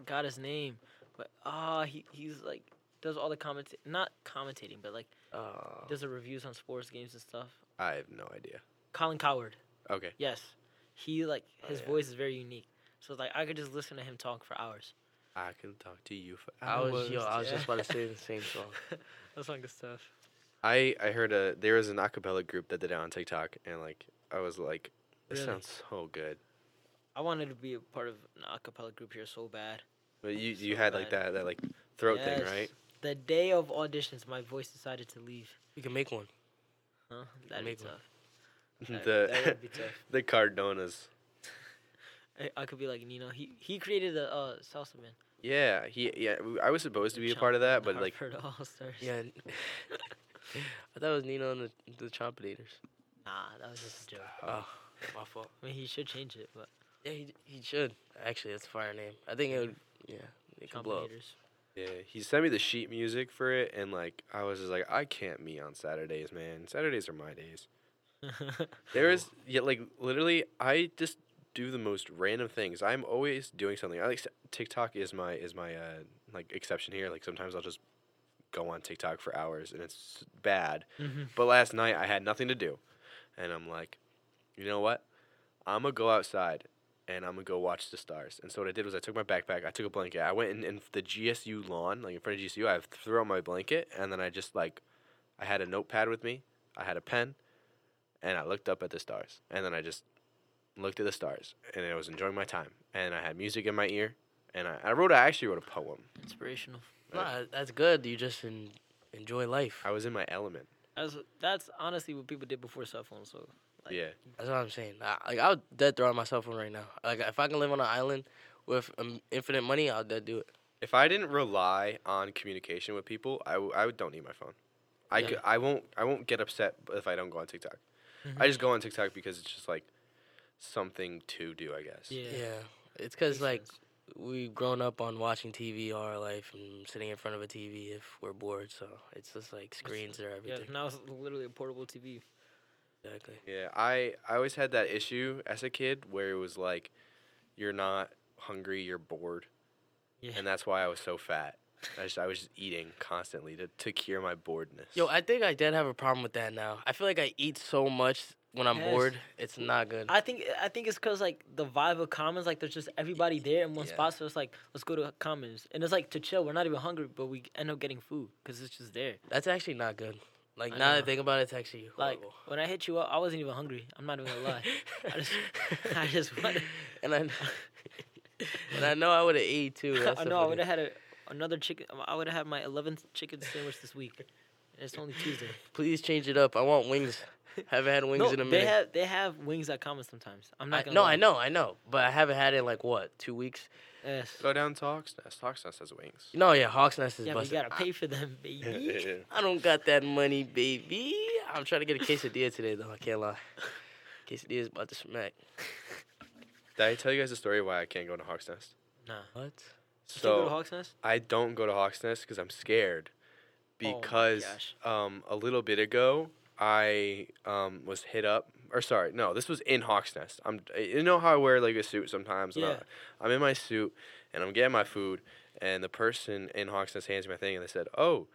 [SPEAKER 3] Got his name, but ah, he he's like does all the comment not commentating, but like
[SPEAKER 2] Uh,
[SPEAKER 3] does the reviews on sports games and stuff.
[SPEAKER 1] I have no idea.
[SPEAKER 3] Colin Coward.
[SPEAKER 1] Okay.
[SPEAKER 3] Yes, he like
[SPEAKER 2] Oh,
[SPEAKER 3] his
[SPEAKER 2] yeah.
[SPEAKER 3] voice is very unique. So like I could just listen to him talk for hours.
[SPEAKER 1] I can talk to you for
[SPEAKER 2] I
[SPEAKER 1] hours.
[SPEAKER 2] was yo, I was
[SPEAKER 3] yeah.
[SPEAKER 2] just about to say the same song.
[SPEAKER 3] That song is tough.
[SPEAKER 1] I I heard a there was an acapella group that did it on TikTok, and like I was like, this
[SPEAKER 3] Really?
[SPEAKER 1] sounds so good.
[SPEAKER 3] I wanted to be a part of an a cappella group here so bad.
[SPEAKER 1] But you
[SPEAKER 3] So
[SPEAKER 1] you had like
[SPEAKER 3] bad.
[SPEAKER 1] that that like throat thing,
[SPEAKER 3] Yes.
[SPEAKER 1] right?
[SPEAKER 3] The day of auditions, my voice decided to leave.
[SPEAKER 2] You can make one.
[SPEAKER 3] Huh? That'd be
[SPEAKER 2] Amazing.
[SPEAKER 3] tough. That, that
[SPEAKER 1] the
[SPEAKER 3] would be tough.
[SPEAKER 1] the Cardonas.
[SPEAKER 3] I, I could be like Nino. He he created the uh, salsa man.
[SPEAKER 1] Yeah, he yeah. w- I was supposed to be a part of that, but like
[SPEAKER 3] All Stars.
[SPEAKER 2] Yeah. n- I thought it was Nino and the the Trompetators.
[SPEAKER 3] Nah, that was just a joke.
[SPEAKER 2] Oh, my fault.
[SPEAKER 3] I mean, he should change it, but
[SPEAKER 2] Yeah, he he should actually. That's a fire name. I think it would. Yeah, it could blow up.
[SPEAKER 3] Haters.
[SPEAKER 1] yeah, he sent me the sheet music for it, and like I was just like, I can't me on Saturdays, man. Saturdays are my days. There is yeah, like literally, I just do the most random things. I'm always doing something. I like s- TikTok is my is my uh like exception here. Like sometimes I'll just go on TikTok for hours, and it's bad.
[SPEAKER 3] Mhm.
[SPEAKER 1] But last night I had nothing to do, and I'm like, you know what? I'm gonna go outside and I'm gonna go watch the stars. And so what I did was I took my backpack, I took a blanket, I went in, in the GSU lawn, like in front of GSU. I threw out my blanket, and then I just like, I had a notepad with me, I had a pen, and I looked up at the stars, and then I just looked at the stars, and I was enjoying my time, and I had music in my ear, and I, I wrote, I actually wrote a poem.
[SPEAKER 3] Inspirational.
[SPEAKER 2] Nah, that's good. You just en- enjoy life.
[SPEAKER 1] I was in my element.
[SPEAKER 3] That's that's honestly what people did before cell phones. So Like-
[SPEAKER 1] yeah,
[SPEAKER 2] That's what I'm saying. I, like I would dead throw out my cell phone right now. Like if I can live on an island with um, infinite money, I'll dead do it.
[SPEAKER 1] if I didn't rely on communication with people, I, w- I would don't need my phone. I,
[SPEAKER 2] Yeah.
[SPEAKER 1] could, I won't I won't get upset b- if I don't go on TikTok.
[SPEAKER 3] Mm-hmm.
[SPEAKER 1] I just go on TikTok because it's just like something to do, I guess.
[SPEAKER 3] yeah,
[SPEAKER 2] Yeah,
[SPEAKER 3] makes
[SPEAKER 2] it's because like
[SPEAKER 3] sense.
[SPEAKER 2] we've grown up on watching TV all our life and sitting in front of a TV if we're bored. So it's just like screens are
[SPEAKER 3] yeah,
[SPEAKER 2] everything.
[SPEAKER 3] now it's literally a portable TV.
[SPEAKER 2] Exactly.
[SPEAKER 1] Yeah, I I always had that issue as a kid where it was like you're not hungry, you're bored.
[SPEAKER 3] Yeah.
[SPEAKER 1] And that's why I was so fat. I just I was just eating constantly to, to cure my boredness.
[SPEAKER 2] Yo, I think I did have a problem with that now. I feel like I eat so much when I'm
[SPEAKER 3] Yes.
[SPEAKER 2] bored. It's not good.
[SPEAKER 3] I think I think it's cause like the vibe of Commons, like there's just everybody there in one
[SPEAKER 2] Yeah.
[SPEAKER 3] spot, so it's like let's go to Commons, and it's like to chill. We're not even hungry, but we end up getting food because it's just there.
[SPEAKER 2] That's actually not good. Like
[SPEAKER 3] I
[SPEAKER 2] now that I
[SPEAKER 3] know.
[SPEAKER 2] think about it, it's actually
[SPEAKER 3] Like
[SPEAKER 2] horrible.
[SPEAKER 3] when I hit you up, I wasn't even hungry. I'm not even gonna lie. I just, I just wanted.
[SPEAKER 2] and I and I know I would have ate too. That's
[SPEAKER 3] I
[SPEAKER 2] the
[SPEAKER 3] know I
[SPEAKER 2] funny-
[SPEAKER 3] would have had a, another chicken. I would have had my 11th chicken sandwich this week. And it's only Tuesday.
[SPEAKER 2] Please change it up. I want wings. haven't had wings
[SPEAKER 3] no,
[SPEAKER 2] in a
[SPEAKER 3] they
[SPEAKER 2] minute.
[SPEAKER 3] have they have wings at Commons sometimes. I'm not
[SPEAKER 2] I,
[SPEAKER 3] gonna.
[SPEAKER 2] no,
[SPEAKER 3] lie.
[SPEAKER 2] I know, I know, but I haven't had it in like what two weeks.
[SPEAKER 3] Yes.
[SPEAKER 1] go down to Hawks Nest. Hawks Nest has wings.
[SPEAKER 2] No, yeah, Hawks Nest is
[SPEAKER 3] Yeah, but you
[SPEAKER 2] busted.
[SPEAKER 3] gotta pay for them, baby.
[SPEAKER 2] I, I don't got that money, baby. I'm trying to get a quesadilla today, though. I can't lie. Quesadilla's about to smack.
[SPEAKER 1] Did I tell you guys the story why I can't go to Hawks Nest?
[SPEAKER 3] nah.
[SPEAKER 2] What?
[SPEAKER 3] You can't go to
[SPEAKER 1] So
[SPEAKER 3] Hawks Nest?
[SPEAKER 1] I don't go to Hawks Nest because I'm scared.
[SPEAKER 3] Oh my
[SPEAKER 1] because
[SPEAKER 3] gosh.
[SPEAKER 1] um, a little bit ago I um, was hit up. Or sorry, no, this was in Hawks Nest. I'm you know how I wear like a suit sometimes. and I-
[SPEAKER 3] Yeah.
[SPEAKER 1] I'm in my suit and I'm getting my food, and the person in Hawks Nest hands me my thing, and they said, "Oh,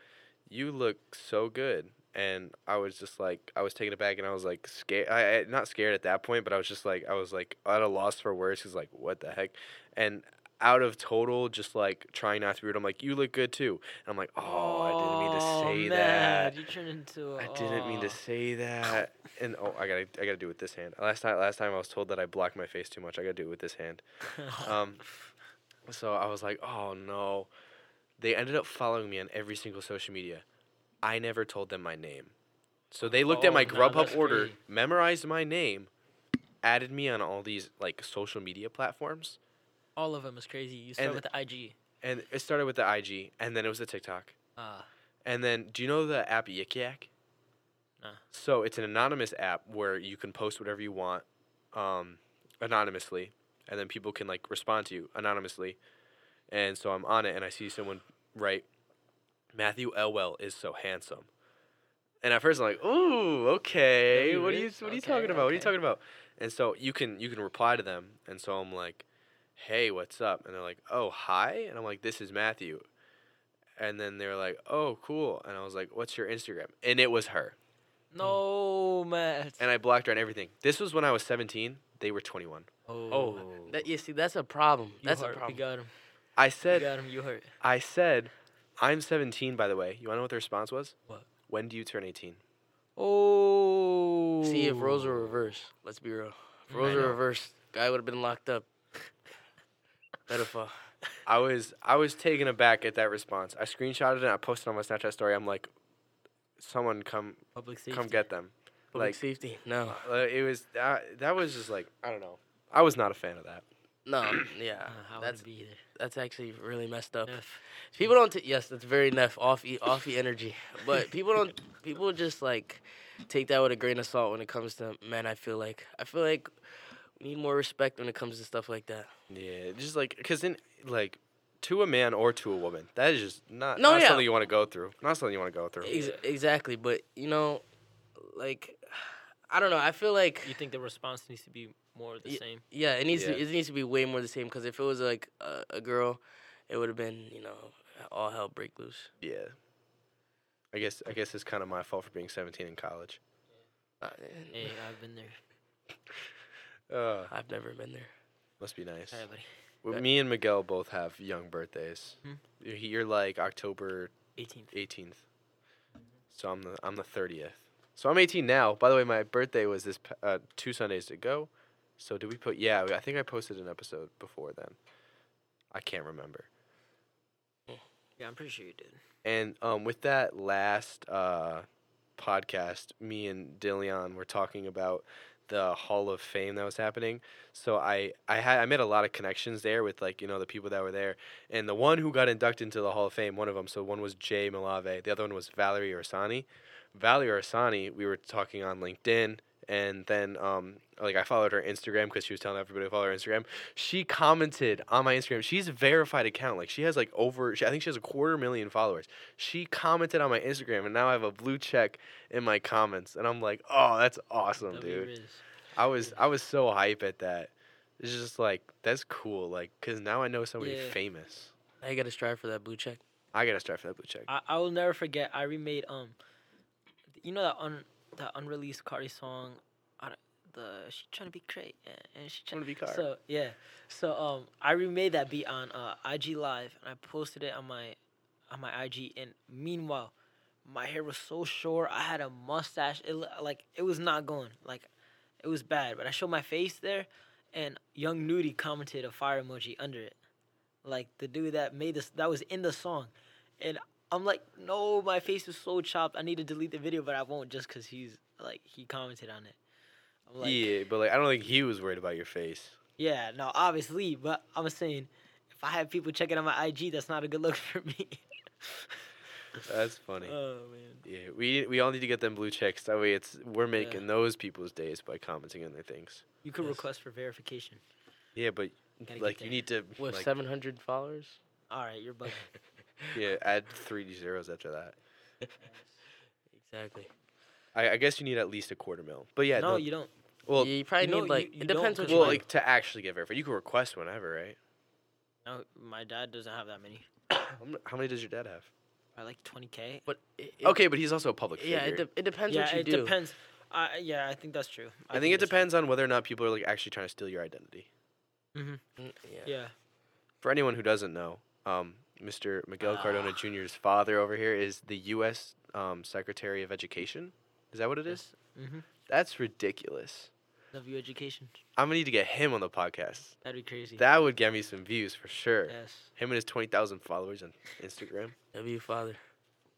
[SPEAKER 1] you look so good." And I was just like, I was taken aback, and I was like scared. I, I not scared at that point, but I was just like, I was like at a loss for words, cause like, what the heck? And out of total, just like trying not to be rude, I'm like, you look good too. And I'm like, oh, I didn't mean to say that.
[SPEAKER 3] Oh, You turned into.
[SPEAKER 1] I didn't mean to say that. And oh, I gotta, I gotta do it with this hand. Last night, last time I was told that I blocked my face too much. I gotta do it with this hand. Um, so I was like, oh no. They ended up following me on every single social media. I never told them my name. So they looked at
[SPEAKER 3] Oh,
[SPEAKER 1] my
[SPEAKER 3] nah,
[SPEAKER 1] Grubhub
[SPEAKER 3] that's
[SPEAKER 1] order,
[SPEAKER 3] crazy.
[SPEAKER 1] memorized my name, added me on all these like social media platforms,
[SPEAKER 3] All of them is crazy. You start
[SPEAKER 1] And-
[SPEAKER 3] with the IG.
[SPEAKER 1] and it started with the IG, and then it was the TikTok,
[SPEAKER 3] Ah,
[SPEAKER 1] and then do you know the app Yik Yak?
[SPEAKER 3] No.
[SPEAKER 1] So it's an anonymous app where you can post whatever you want, um, anonymously, and then people can like respond to you anonymously. And so I'm on it, and I see someone write, "Matthew Elwell is so handsome," And at first I'm like, ooh, okay.
[SPEAKER 3] you
[SPEAKER 1] what are
[SPEAKER 3] really?
[SPEAKER 1] you what are you
[SPEAKER 3] Okay,
[SPEAKER 1] talking about? What are you
[SPEAKER 3] okay.
[SPEAKER 1] talking about? And so you can you can reply to them. And so I'm like, hey, what's up? And they're like, oh, hi. And I'm like, this is Matthew. And then they're like, oh, cool. And I was like, what's your Instagram? And it was her.
[SPEAKER 3] No, Matt.
[SPEAKER 1] And I blocked her on everything. This was when I was 17. They were 21.
[SPEAKER 2] Oh, that, yeah. See, that's a problem.
[SPEAKER 3] You
[SPEAKER 2] That's a
[SPEAKER 3] hurt.
[SPEAKER 2] problem.
[SPEAKER 3] We got him.
[SPEAKER 1] I
[SPEAKER 3] We
[SPEAKER 1] said
[SPEAKER 3] got him. You hurt.
[SPEAKER 1] I said, I'm 17, by the way. You want to know what the response was?
[SPEAKER 3] What?
[SPEAKER 1] When do you turn 18?
[SPEAKER 3] Oh.
[SPEAKER 2] See, if roles were reversed, let's be real. If
[SPEAKER 3] Mm, I
[SPEAKER 2] roles were
[SPEAKER 3] know.
[SPEAKER 2] reversed, guy would have been locked up. Pedophile.
[SPEAKER 1] I was I was taken aback at that response. I screenshotted it. and I posted on my Snapchat story. I'm like, someone come
[SPEAKER 3] public safety.
[SPEAKER 1] come get them.
[SPEAKER 2] Public
[SPEAKER 1] Like-
[SPEAKER 2] safety. No.
[SPEAKER 1] Uh, it was that that was just like I don't know. I was not a fan of that.
[SPEAKER 2] No. Yeah.
[SPEAKER 3] Uh, I
[SPEAKER 2] that's
[SPEAKER 3] wouldn't be either.
[SPEAKER 2] that's actually really messed up.
[SPEAKER 3] Neff.
[SPEAKER 2] People don't. T- yes, that's very neff off e- off e energy. But people don't. People just like take that with a grain of salt when it comes to men. I feel like I feel like we need more respect when it comes to stuff like that.
[SPEAKER 1] Yeah, just like because in like to a man or to a woman, that is just not
[SPEAKER 2] No,
[SPEAKER 1] not
[SPEAKER 2] yeah.
[SPEAKER 1] something you want to go through. Not something you want to go through.
[SPEAKER 2] Ex- exactly. But you know, like I don't know. I feel like
[SPEAKER 3] You think the response needs to be more the
[SPEAKER 2] Ye-
[SPEAKER 3] same?
[SPEAKER 2] Yeah, it needs to
[SPEAKER 1] Yeah.
[SPEAKER 2] it needs to be way more the same because if it was like a, a girl, it would have been you know all hell break loose.
[SPEAKER 1] Yeah. I guess I guess it's kind of my fault for being 17 in college.
[SPEAKER 2] Uh,
[SPEAKER 3] Hey, I've been there.
[SPEAKER 1] Uh,
[SPEAKER 2] I've never been there.
[SPEAKER 1] must be nice.
[SPEAKER 3] Sorry, buddy.
[SPEAKER 1] Well,
[SPEAKER 2] That-
[SPEAKER 1] me and Miguel both have young birthdays.
[SPEAKER 3] Hmm.
[SPEAKER 1] Y- You're like October
[SPEAKER 3] 18th.
[SPEAKER 1] 18th, so I'm the I'm the 30th. So I'm 18 now. By the way, my birthday was this pa- uh, two Sundays ago. So did we put? Yeah, I think I posted an episode before then. I can't remember.
[SPEAKER 3] Yeah, I'm pretty sure you did.
[SPEAKER 1] And um, with that last uh, podcast, me and Dillion were talking about the Hall of Fame that was happening. So I I had I made a lot of connections there with like you know the people that were there, and the one who got inducted into the Hall of Fame, one of them. So one was Jay Malave, the other one was Valerie Orsani. Valerie Orsani, we were talking on LinkedIn. And then, um, like, I followed her Instagram because she was telling everybody to follow her Instagram. She commented on my Instagram. She's a verified account. Like, she has like over, she, I think she has a quarter million followers she commented on my Instagram, and now I have a blue check in my comments, and I'm like, oh, that's awesome,
[SPEAKER 3] W
[SPEAKER 1] dude.
[SPEAKER 3] Riz.
[SPEAKER 1] I was I was so hype at that. It's just like that's cool, like because now I know somebody
[SPEAKER 3] Yeah.
[SPEAKER 1] famous.
[SPEAKER 2] I gotta strive for that blue check.
[SPEAKER 1] I gotta start for that blue check.
[SPEAKER 3] I, I will never forget. I remade um, you know that un that unreleased Cardi song, I don't- the she trying to be great and, and she
[SPEAKER 1] I'm
[SPEAKER 3] trying
[SPEAKER 1] gonna be car.
[SPEAKER 3] So yeah, so um, I remade that beat on uh, IG Live and I posted it on my on my IG. And meanwhile, my hair was so short. I had a mustache. It lo- like it was not going. Like it was bad. But I showed my face there, and Young Nudie commented a fire emoji under it. Like the dude that made this that was in the song, and I'm like, no, my face is so chopped. I need to delete the video, but I won't just because he's like he commented on it. I'm like,
[SPEAKER 1] yeah, but like I don't think he was worried about your face.
[SPEAKER 3] yeah, no, obviously, but I'm saying if I have people checking on my IG, that's not a good look for me.
[SPEAKER 1] That's funny.
[SPEAKER 3] oh man.
[SPEAKER 1] yeah, we we all need to get them blue checks. That way, it's we're
[SPEAKER 3] Yeah.
[SPEAKER 1] making those people's days by commenting on their things.
[SPEAKER 3] You could
[SPEAKER 2] Yes.
[SPEAKER 3] request for verification.
[SPEAKER 1] Yeah, but
[SPEAKER 3] Gotta get
[SPEAKER 1] like you
[SPEAKER 3] there.
[SPEAKER 1] need to
[SPEAKER 2] What
[SPEAKER 1] like,
[SPEAKER 2] seven hundred followers?
[SPEAKER 3] All right, you're bugging.
[SPEAKER 1] yeah add three zeros after that.
[SPEAKER 2] Exactly.
[SPEAKER 1] I, I guess you need at least a quarter mil. But yeah,
[SPEAKER 3] no,
[SPEAKER 1] no,
[SPEAKER 3] you don't.
[SPEAKER 1] well,
[SPEAKER 2] yeah, you probably
[SPEAKER 3] you know,
[SPEAKER 2] need like
[SPEAKER 3] you- you
[SPEAKER 2] it
[SPEAKER 3] don't
[SPEAKER 2] depends what
[SPEAKER 3] cook
[SPEAKER 2] you
[SPEAKER 1] Well,
[SPEAKER 2] like.
[SPEAKER 1] like to actually get verified, you can request whenever, right?
[SPEAKER 3] No, my dad doesn't have that many.
[SPEAKER 1] How m- How many does your dad have?
[SPEAKER 3] I like 20k.
[SPEAKER 2] But it, it-
[SPEAKER 1] Okay, but he's also a public
[SPEAKER 2] Yeah,
[SPEAKER 1] figure.
[SPEAKER 2] it, de- it depends
[SPEAKER 3] yeah,
[SPEAKER 2] what you
[SPEAKER 3] it
[SPEAKER 2] do.
[SPEAKER 3] depends. I yeah, I think that's true.
[SPEAKER 1] I think it
[SPEAKER 3] that's true.
[SPEAKER 1] depends on whether or not people are like actually trying to steal your identity.
[SPEAKER 2] Mm, Yeah.
[SPEAKER 3] Yeah.
[SPEAKER 1] For anyone who doesn't know, um, Mr. Miguel Cardona Jr.'s father over here is the U.S. Um, Secretary of Education. Is that what it is?
[SPEAKER 3] Mhm.
[SPEAKER 1] That's ridiculous.
[SPEAKER 3] W education.
[SPEAKER 1] I'm gonna need to get him on the podcast.
[SPEAKER 3] That'd be crazy.
[SPEAKER 1] That would get me some views for sure.
[SPEAKER 3] yes.
[SPEAKER 1] Him and his twenty thousand followers on Instagram.
[SPEAKER 2] W father.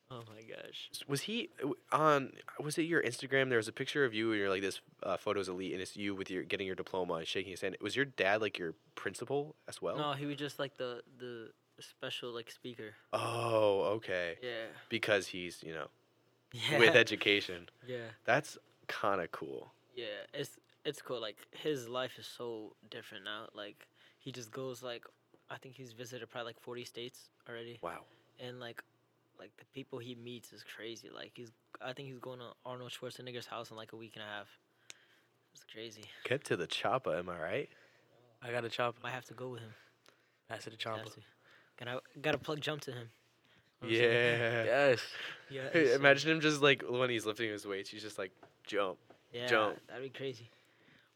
[SPEAKER 3] Oh my gosh.
[SPEAKER 1] S- was he w- on was it your instagram there was a picture of you and you're like this uh, photo's elite and it's you with your getting your diploma and shaking his hand was your dad like your principal as well
[SPEAKER 3] No, he was just like the the special like speaker.
[SPEAKER 1] oh okay
[SPEAKER 3] Yeah.
[SPEAKER 1] because he's you know
[SPEAKER 3] Yeah.
[SPEAKER 1] with education
[SPEAKER 3] Yeah.
[SPEAKER 1] that's kind of cool
[SPEAKER 3] Yeah, it's it's cool. Like his life is so different now. Like he just goes like I think he's visited probably like forty states already,
[SPEAKER 1] wow
[SPEAKER 3] and like like the people he meets is crazy. Like he's I think he's going to Arnold Schwarzenegger's house in like a week and a half. It's crazy.
[SPEAKER 1] Get to the chopper, am I right?
[SPEAKER 2] I got a chopper.
[SPEAKER 3] Might have to go with him.
[SPEAKER 2] Pass it to
[SPEAKER 3] Has
[SPEAKER 2] Chompa.
[SPEAKER 3] to. Can I gotta plug jump to him? I'm just like,
[SPEAKER 1] Yeah.
[SPEAKER 2] Yes.
[SPEAKER 3] Yeah.
[SPEAKER 1] Hey,
[SPEAKER 3] so-
[SPEAKER 1] Imagine him just like when he's lifting his weights, he's just like jump.
[SPEAKER 3] Yeah,
[SPEAKER 1] Jump.
[SPEAKER 3] that'd be crazy.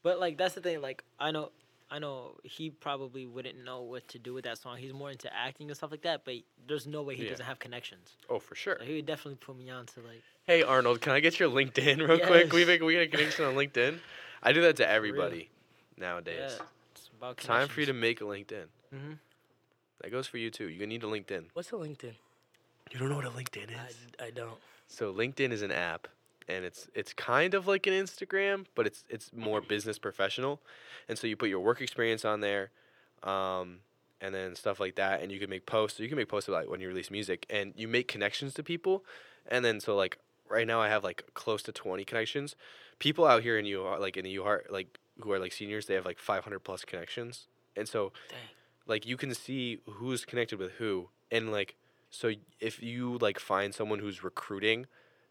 [SPEAKER 3] But like that's the thing. Like I know, I know he probably wouldn't know what to do with that song. He's more into acting and stuff like that. But there's no way he
[SPEAKER 1] Yeah.
[SPEAKER 3] doesn't have connections.
[SPEAKER 1] Oh, for sure.
[SPEAKER 3] So he would definitely put me on to like.
[SPEAKER 1] Hey Arnold, can I get your LinkedIn real quick? Can we
[SPEAKER 3] Yes.
[SPEAKER 1] make we get a connection on LinkedIn. I do that to
[SPEAKER 3] real.
[SPEAKER 1] everybody nowadays.
[SPEAKER 3] Yeah, it's about
[SPEAKER 1] Time for you to
[SPEAKER 3] connections.
[SPEAKER 1] make a LinkedIn.
[SPEAKER 3] Mhm.
[SPEAKER 1] That goes for you too. You need a LinkedIn.
[SPEAKER 2] What's a LinkedIn?
[SPEAKER 1] You don't know what a LinkedIn is?
[SPEAKER 2] I, I don't.
[SPEAKER 1] So LinkedIn is an app, and it's it's kind of like an Instagram, but it's it's more business professional, and so you put your work experience on there, um, and then stuff like that, and you can make posts. So you can make posts about like, when you release music, and you make connections to people, and then so like right now I have like close to twenty connections. People out here in you like in the U Heart like who are like seniors, they have like five hundred plus connections, and so
[SPEAKER 3] Dang.
[SPEAKER 1] like you can see who's connected with who, and like so if you like find someone who's recruiting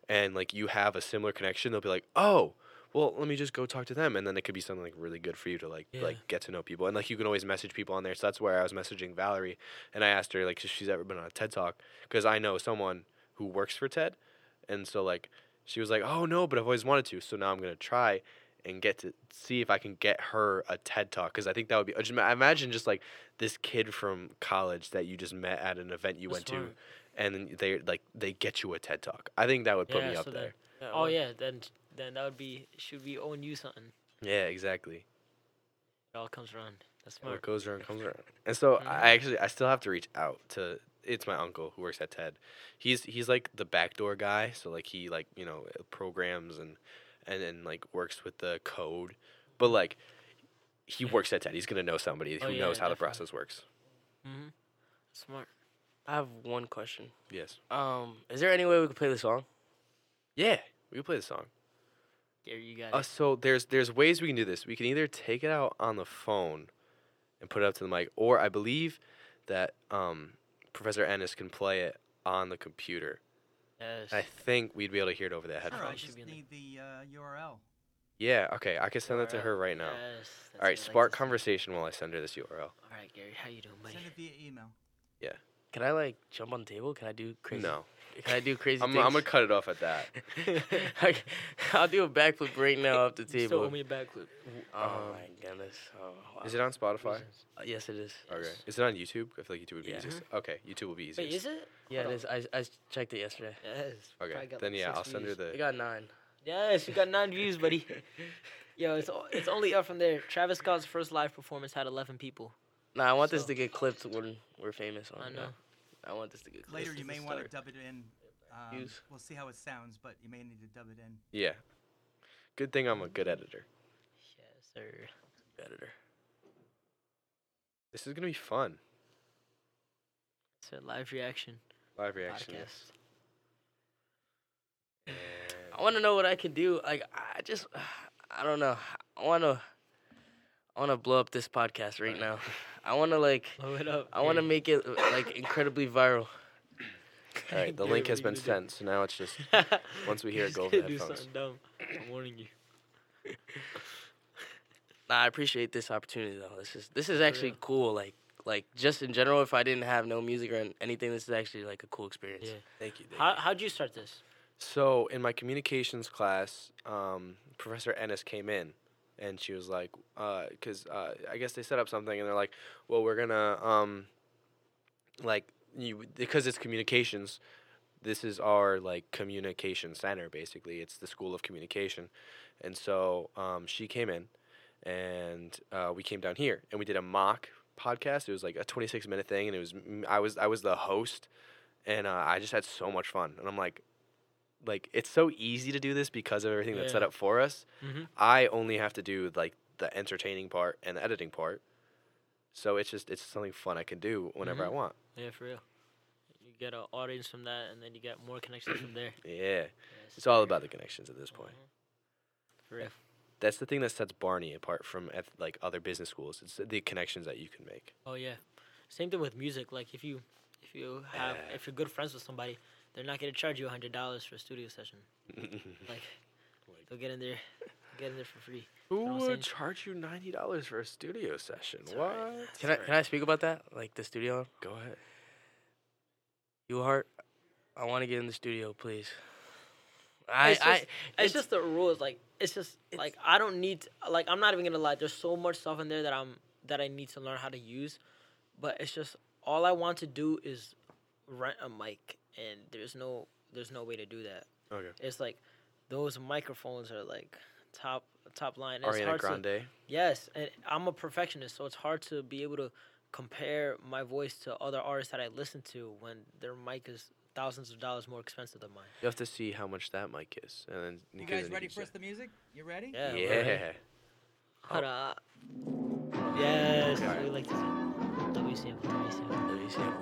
[SPEAKER 1] and like you have a similar connection, they'll be like, "Oh, well, let me just go talk to them," and then it could be something like really good for you to like
[SPEAKER 3] Yeah.
[SPEAKER 1] like get to know people. And like you can always message people on there. So that's where I was messaging Valerie, and I asked her like if she's ever been on a TED Talk because I know someone who works for TED, and so like she was like, "Oh no, but I've always wanted to." So now I'm gonna try. And get to see if I can get her a TED talk because I think that would be. I just- I Imagine just like this kid from college that you just met at an event you went
[SPEAKER 3] That's
[SPEAKER 1] to,
[SPEAKER 3] smart.
[SPEAKER 1] and then they like they get you a TED talk. I think that would put
[SPEAKER 3] Yeah,
[SPEAKER 1] me up
[SPEAKER 3] so
[SPEAKER 1] there.
[SPEAKER 3] Oh yeah, then then that would be should be own you something.
[SPEAKER 1] Yeah, exactly.
[SPEAKER 3] It all comes around. That's
[SPEAKER 1] What
[SPEAKER 3] smart.
[SPEAKER 1] goes around comes around. And so
[SPEAKER 3] Mhm.
[SPEAKER 1] I actually I still have to reach out to it's my uncle who works at TED. He's he's like the backdoor guy, so like he like, you know, uh, programs and and then like works with the code. But like he works at TED. He's going to know somebody who
[SPEAKER 3] Oh, yeah,
[SPEAKER 1] knows how the
[SPEAKER 3] definitely.
[SPEAKER 1] process works.
[SPEAKER 3] Mm-hmm. Smart.
[SPEAKER 2] I have one question.
[SPEAKER 1] Yes.
[SPEAKER 2] Um, is there any way we could play the song?
[SPEAKER 1] Yeah, we can play the song.
[SPEAKER 3] Yeah, you got
[SPEAKER 1] Uh,
[SPEAKER 3] it.
[SPEAKER 1] so there's there's ways we can do this. We can either take it out on the phone and put it up to the mic, or I believe that um, Professor Ennis can play it on the computer.
[SPEAKER 3] Yes.
[SPEAKER 1] I think we'd be able to hear it over the headphones.
[SPEAKER 3] Alright,
[SPEAKER 4] I
[SPEAKER 3] should
[SPEAKER 4] just
[SPEAKER 3] be in the-
[SPEAKER 4] need the uh, URL.
[SPEAKER 1] Yeah, okay. I can send that to
[SPEAKER 3] URL.
[SPEAKER 1] her right now.
[SPEAKER 3] Yes,
[SPEAKER 1] All
[SPEAKER 3] that's what I like
[SPEAKER 1] right, spark
[SPEAKER 3] to see.
[SPEAKER 1] conversation while I send her this URL.
[SPEAKER 3] All right, Gary, how you doing, buddy?
[SPEAKER 4] Send it via email.
[SPEAKER 2] Can I like jump on the table? Can I do crazy?
[SPEAKER 1] No,
[SPEAKER 2] Can I do crazy
[SPEAKER 1] I'm,
[SPEAKER 2] things?
[SPEAKER 1] I'm gonna cut it off at that.
[SPEAKER 2] I- I'll do a backflip right now off the
[SPEAKER 3] You Still owe
[SPEAKER 2] table.
[SPEAKER 3] me a backflip.
[SPEAKER 2] oh my goodness! Oh, wow.
[SPEAKER 1] Is it on Spotify?
[SPEAKER 3] Jesus.
[SPEAKER 2] Uh, yes, it is.
[SPEAKER 1] Okay.
[SPEAKER 3] Yes.
[SPEAKER 1] Is it on YouTube? I feel like YouTube would be
[SPEAKER 2] Yeah.
[SPEAKER 1] easiest. Okay, YouTube will be easiest.
[SPEAKER 3] Wait, is it?
[SPEAKER 2] Yeah,
[SPEAKER 3] Hold
[SPEAKER 2] it is. I, I checked it yesterday.
[SPEAKER 3] Yes.
[SPEAKER 1] Okay.
[SPEAKER 3] probably got,
[SPEAKER 1] Then
[SPEAKER 3] like,
[SPEAKER 1] yeah,
[SPEAKER 3] six
[SPEAKER 1] I'll send her
[SPEAKER 3] views.
[SPEAKER 2] It
[SPEAKER 1] the.
[SPEAKER 2] got nine.
[SPEAKER 3] Yes, you got nine views, buddy. Yo, it's o- it's only up from there. Travis Scott's first live performance had 11 people.
[SPEAKER 2] Nah, I want this
[SPEAKER 3] So-
[SPEAKER 2] to get clipped when we're famous. On
[SPEAKER 3] I
[SPEAKER 2] it.
[SPEAKER 3] know.
[SPEAKER 2] I want this to get clipped.
[SPEAKER 4] Later,
[SPEAKER 2] This
[SPEAKER 4] you
[SPEAKER 2] is
[SPEAKER 4] may
[SPEAKER 2] the
[SPEAKER 4] want to
[SPEAKER 2] start.
[SPEAKER 4] dub it in. Um,
[SPEAKER 2] Use.
[SPEAKER 4] we'll see how it sounds, but you may need to dub it in.
[SPEAKER 1] Yeah. Good thing I'm a good editor.
[SPEAKER 3] Yes, sir.
[SPEAKER 2] editor.
[SPEAKER 1] This is gonna be fun.
[SPEAKER 3] It's a live reaction
[SPEAKER 1] Live reaction.
[SPEAKER 3] podcast.
[SPEAKER 1] And-
[SPEAKER 2] I want to know what I can do. Like I just, I don't know. I want to, I want to blow up this podcast right now. I want to like,
[SPEAKER 3] Blow it up.
[SPEAKER 2] I want to
[SPEAKER 3] Gary.
[SPEAKER 2] make it like incredibly viral.
[SPEAKER 1] All right, the
[SPEAKER 3] Gary,
[SPEAKER 1] link has
[SPEAKER 3] what are
[SPEAKER 1] been
[SPEAKER 3] you
[SPEAKER 1] sent, so now it's just
[SPEAKER 3] gonna do?
[SPEAKER 1] once we hear
[SPEAKER 3] You're
[SPEAKER 1] it
[SPEAKER 3] just
[SPEAKER 1] go over
[SPEAKER 3] gonna
[SPEAKER 1] the
[SPEAKER 3] do
[SPEAKER 1] headphones.
[SPEAKER 3] something dumb. I'm warning you.
[SPEAKER 2] Nah, I appreciate this opportunity though. This is this is
[SPEAKER 3] for
[SPEAKER 2] actually
[SPEAKER 3] real.
[SPEAKER 2] cool. Like like just in general, if I didn't have no music or an- anything, this is actually like a cool experience.
[SPEAKER 3] Yeah.
[SPEAKER 1] Thank you.
[SPEAKER 3] How how'd you start this?
[SPEAKER 1] So in my communications class, um, Professor Ennis came in, and she was like, because uh, I guess they set up something, and they're like, well, we're gonna um, like you because it's communications. This is our like communication center, basically. It's the school of communication, and so um, she came in, and uh, we came down here, and we did a mock podcast. It was like a twenty six minute thing, and it was m- I was I was the host, and uh, I just had so much fun, and I'm like like it's so easy to do this because of everything that's set
[SPEAKER 3] Yeah.
[SPEAKER 1] up for us.
[SPEAKER 3] Mhm.
[SPEAKER 1] I only have to do like the entertaining part and the editing part. So it's just it's something fun I can do whenever I want.
[SPEAKER 3] Yeah, for real. You get an audience from that, and then you get more connections from there.
[SPEAKER 1] Yeah.
[SPEAKER 3] Yes,
[SPEAKER 1] It's all
[SPEAKER 3] sir.
[SPEAKER 1] about the connections at this point.
[SPEAKER 3] Mhm. For real.
[SPEAKER 1] That's the thing that sets Barney apart from eth- like other business schools. It's the connections that you can make.
[SPEAKER 3] Oh yeah, same thing with music. Like if you if you have
[SPEAKER 1] Yeah.
[SPEAKER 3] if you're good friends with somebody, they're not gonna charge you hundred dollars for a studio session. Like, they'll get in there, get in there for free.
[SPEAKER 1] Who
[SPEAKER 3] I'm saying?
[SPEAKER 1] would charge you ninety dollars for a studio session?
[SPEAKER 3] It's
[SPEAKER 1] What?
[SPEAKER 3] alright.
[SPEAKER 2] Can I can I speak about that? Like the studio,
[SPEAKER 1] Go ahead.
[SPEAKER 2] you heart. I want to get in the studio, please. I
[SPEAKER 3] It's
[SPEAKER 2] I
[SPEAKER 3] just- It's, just the rules. Like it's just like I don't need. to- like I'm not even gonna lie. There's so much stuff in there that I'm that I need to learn how to use, but it's just all I want to do is rent a mic, and there's no there's no way to do that.
[SPEAKER 1] Okay.
[SPEAKER 3] It's like those microphones are like top top line. It's
[SPEAKER 1] Ariana
[SPEAKER 3] hard to-
[SPEAKER 1] Grande.
[SPEAKER 3] yes, and I'm a perfectionist, so it's hard to be able to compare my voice to other artists that I listen to when their mic is thousands of dollars more expensive than mine.
[SPEAKER 1] You have to see how much that mic is, and then
[SPEAKER 4] You
[SPEAKER 1] because
[SPEAKER 4] guys
[SPEAKER 1] then
[SPEAKER 4] ready
[SPEAKER 1] can
[SPEAKER 4] for
[SPEAKER 1] say-
[SPEAKER 4] the music? You ready?
[SPEAKER 3] Yeah.
[SPEAKER 1] Yeah.
[SPEAKER 3] we're ready. Hold up. Oh. Yes,
[SPEAKER 1] Okay.
[SPEAKER 3] we like to see W sample, W sample.
[SPEAKER 2] Let me see.
[SPEAKER 5] God,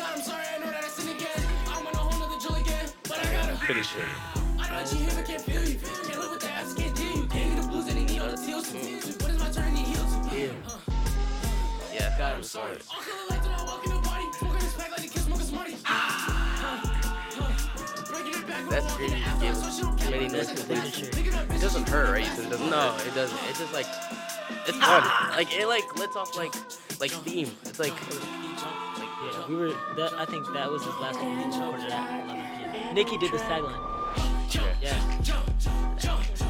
[SPEAKER 5] I'm sorry, I know that I sin again. I want a whole nother Julie again, but I gotta.
[SPEAKER 1] Finish it.
[SPEAKER 5] I know that you here, but can't feel you. Can't live with the ass, can't deal you. Can't get the blues that they need on the teals.
[SPEAKER 1] Mm.
[SPEAKER 5] What is my turn to heal to? Yeah.
[SPEAKER 2] Yeah.
[SPEAKER 5] God, I'm sorry. All color lights when I walk in the party. Smoking this pack like a kid smoking
[SPEAKER 1] Ah.
[SPEAKER 5] Smarties. Breaking it back when
[SPEAKER 2] That's
[SPEAKER 5] I walk in the
[SPEAKER 2] crazy.
[SPEAKER 5] after.
[SPEAKER 2] Yeah.
[SPEAKER 5] So she don't care
[SPEAKER 2] Many
[SPEAKER 5] about
[SPEAKER 2] nights
[SPEAKER 5] the
[SPEAKER 2] with
[SPEAKER 5] bitch.
[SPEAKER 3] this shit.
[SPEAKER 5] Thinking that bitch
[SPEAKER 1] It doesn't
[SPEAKER 5] keep
[SPEAKER 1] hurt,
[SPEAKER 5] her
[SPEAKER 1] right?
[SPEAKER 5] ass.
[SPEAKER 1] It doesn't
[SPEAKER 2] No, it doesn't. It's just like it's fun. like it like lets off like like steam. It's like
[SPEAKER 3] Yeah, we were. That, I think that was his last one. We recorded at 11 p.m. Nikki did this tagline. Yeah.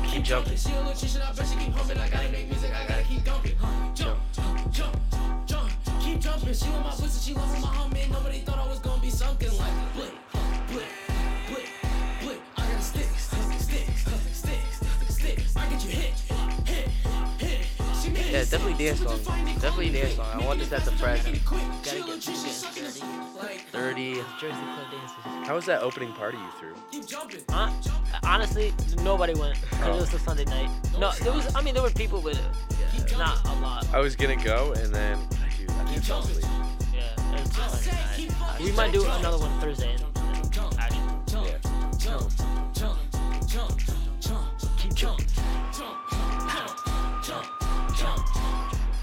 [SPEAKER 2] keep jumping.
[SPEAKER 5] She a nutrition, I bet she keep pumping. I gotta make music, I gotta keep dumping. Jump, jump, jump, jump, keep jumping. She on my pussy, she loving my humming. Nobody thought I was gonna be something like blip, blip, blip, blip. I got sticks, sticks, sticks, sticks, sticks. I get you hit, hit, hit. She made
[SPEAKER 2] Yeah, definitely dance song. Definitely dance song. I want this at the press.
[SPEAKER 5] quick.
[SPEAKER 3] Gotta
[SPEAKER 5] She a
[SPEAKER 3] get
[SPEAKER 5] nutrition,
[SPEAKER 3] this
[SPEAKER 5] sucking
[SPEAKER 3] dance
[SPEAKER 5] this. Like,
[SPEAKER 2] Thirty.
[SPEAKER 3] Jersey Club dances.
[SPEAKER 1] How was that opening party you threw?
[SPEAKER 5] keep jumping.
[SPEAKER 3] Huh? Honestly, nobody went. 'cause
[SPEAKER 1] Oh.
[SPEAKER 3] It was a Sunday night. No, there was. I mean, there were people, but yeah, not a lot.
[SPEAKER 1] I was gonna go, and then I do. I do fall asleep.
[SPEAKER 3] Yeah, it's just like that. We might do another one Thursday. And, and actually,
[SPEAKER 1] Yeah.
[SPEAKER 5] jump, jump, jump, jump, keep jump, jump, jump, jump, jump,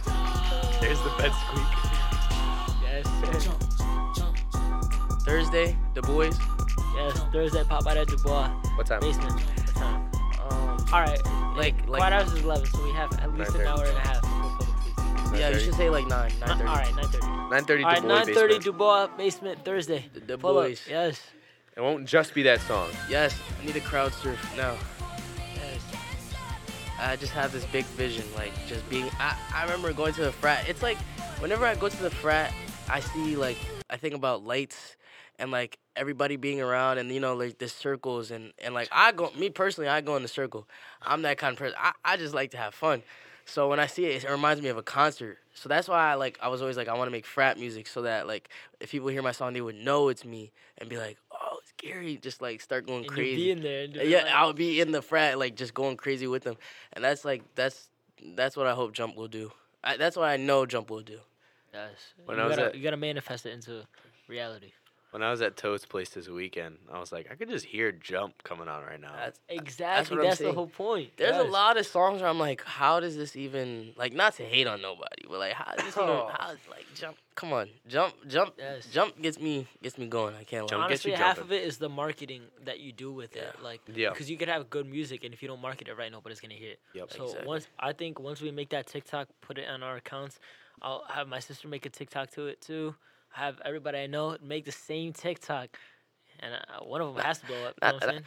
[SPEAKER 1] There's the bed squeak.
[SPEAKER 3] yes,
[SPEAKER 5] jump, jump.
[SPEAKER 2] Thursday, the boys.
[SPEAKER 3] yes, Thursday. Pop out at Dubois
[SPEAKER 1] What time?
[SPEAKER 3] basement. What time?
[SPEAKER 2] Um,
[SPEAKER 3] All right.
[SPEAKER 2] like
[SPEAKER 3] Quiet
[SPEAKER 2] like
[SPEAKER 3] hours is 11, so we have at least an
[SPEAKER 1] 9:30.
[SPEAKER 3] hour and a half for public speaking.
[SPEAKER 2] yeah. You should say like nine nine
[SPEAKER 3] All
[SPEAKER 2] thirty.
[SPEAKER 3] right, 9:30.
[SPEAKER 1] Nine thirty.
[SPEAKER 3] All right,
[SPEAKER 1] Du Bois
[SPEAKER 3] 9:30
[SPEAKER 1] basement.
[SPEAKER 3] Dubois basement Thursday.
[SPEAKER 2] The- the
[SPEAKER 3] Pull up.
[SPEAKER 2] boys.
[SPEAKER 3] Yes.
[SPEAKER 1] It won't just be that song.
[SPEAKER 2] Yes. I need a crowd surf now.
[SPEAKER 3] Yes.
[SPEAKER 2] I just have this big vision, like just being. I, I remember going to the frat. It's like whenever I go to the frat, I see like I think about lights and like everybody being around and you know like the circles and and like I go me personally I go in the circle. I'm that kind of person. I, I just like to have fun. So when I see it, it reminds me of a concert. So that's why I like I was always like I want to make frat music so that like if people hear my song they would know it's me and be like oh it's Gary just like start going
[SPEAKER 3] And
[SPEAKER 2] crazy.
[SPEAKER 3] you be in there. And do it
[SPEAKER 2] Uh, Yeah,
[SPEAKER 3] like-
[SPEAKER 2] I'll be in the frat, like just going crazy with them, and that's like that's that's what I hope Jump will do. I, that's what I know Jump will do.
[SPEAKER 3] Yes.
[SPEAKER 1] When
[SPEAKER 3] you,
[SPEAKER 1] I was
[SPEAKER 3] gotta,
[SPEAKER 1] at-
[SPEAKER 3] you gotta manifest it into reality.
[SPEAKER 1] When I was at Toad's place this weekend, I was like, I could just hear Jump coming on right now.
[SPEAKER 2] That's-
[SPEAKER 3] Exactly.
[SPEAKER 2] what I'm
[SPEAKER 3] That's, the
[SPEAKER 2] saying.
[SPEAKER 3] whole point.
[SPEAKER 2] There's a
[SPEAKER 3] Yes.
[SPEAKER 2] lot of songs where I'm like, how does this even like not to hate on nobody, but like how is this even,
[SPEAKER 3] Oh.
[SPEAKER 2] how like Jump? Come on, Jump, Jump,
[SPEAKER 3] Yes.
[SPEAKER 2] Jump gets me gets me going. I can't
[SPEAKER 1] Jump
[SPEAKER 2] lie.
[SPEAKER 1] gets you
[SPEAKER 3] Honestly, half of
[SPEAKER 1] jumping.
[SPEAKER 3] it is the marketing that you do with it.
[SPEAKER 2] Yeah.
[SPEAKER 3] Like,
[SPEAKER 1] Yeah.
[SPEAKER 3] because you could have good music, and if you don't market it right, nobody's gonna hear it.
[SPEAKER 1] Yep.
[SPEAKER 3] So
[SPEAKER 2] Exactly.
[SPEAKER 3] once I think once we make that TikTok, put it on our accounts. I'll have my sister make a TikTok to it too. Have everybody I know make the same TikTok, and uh, one of them has to blow up. You know what I'm saying?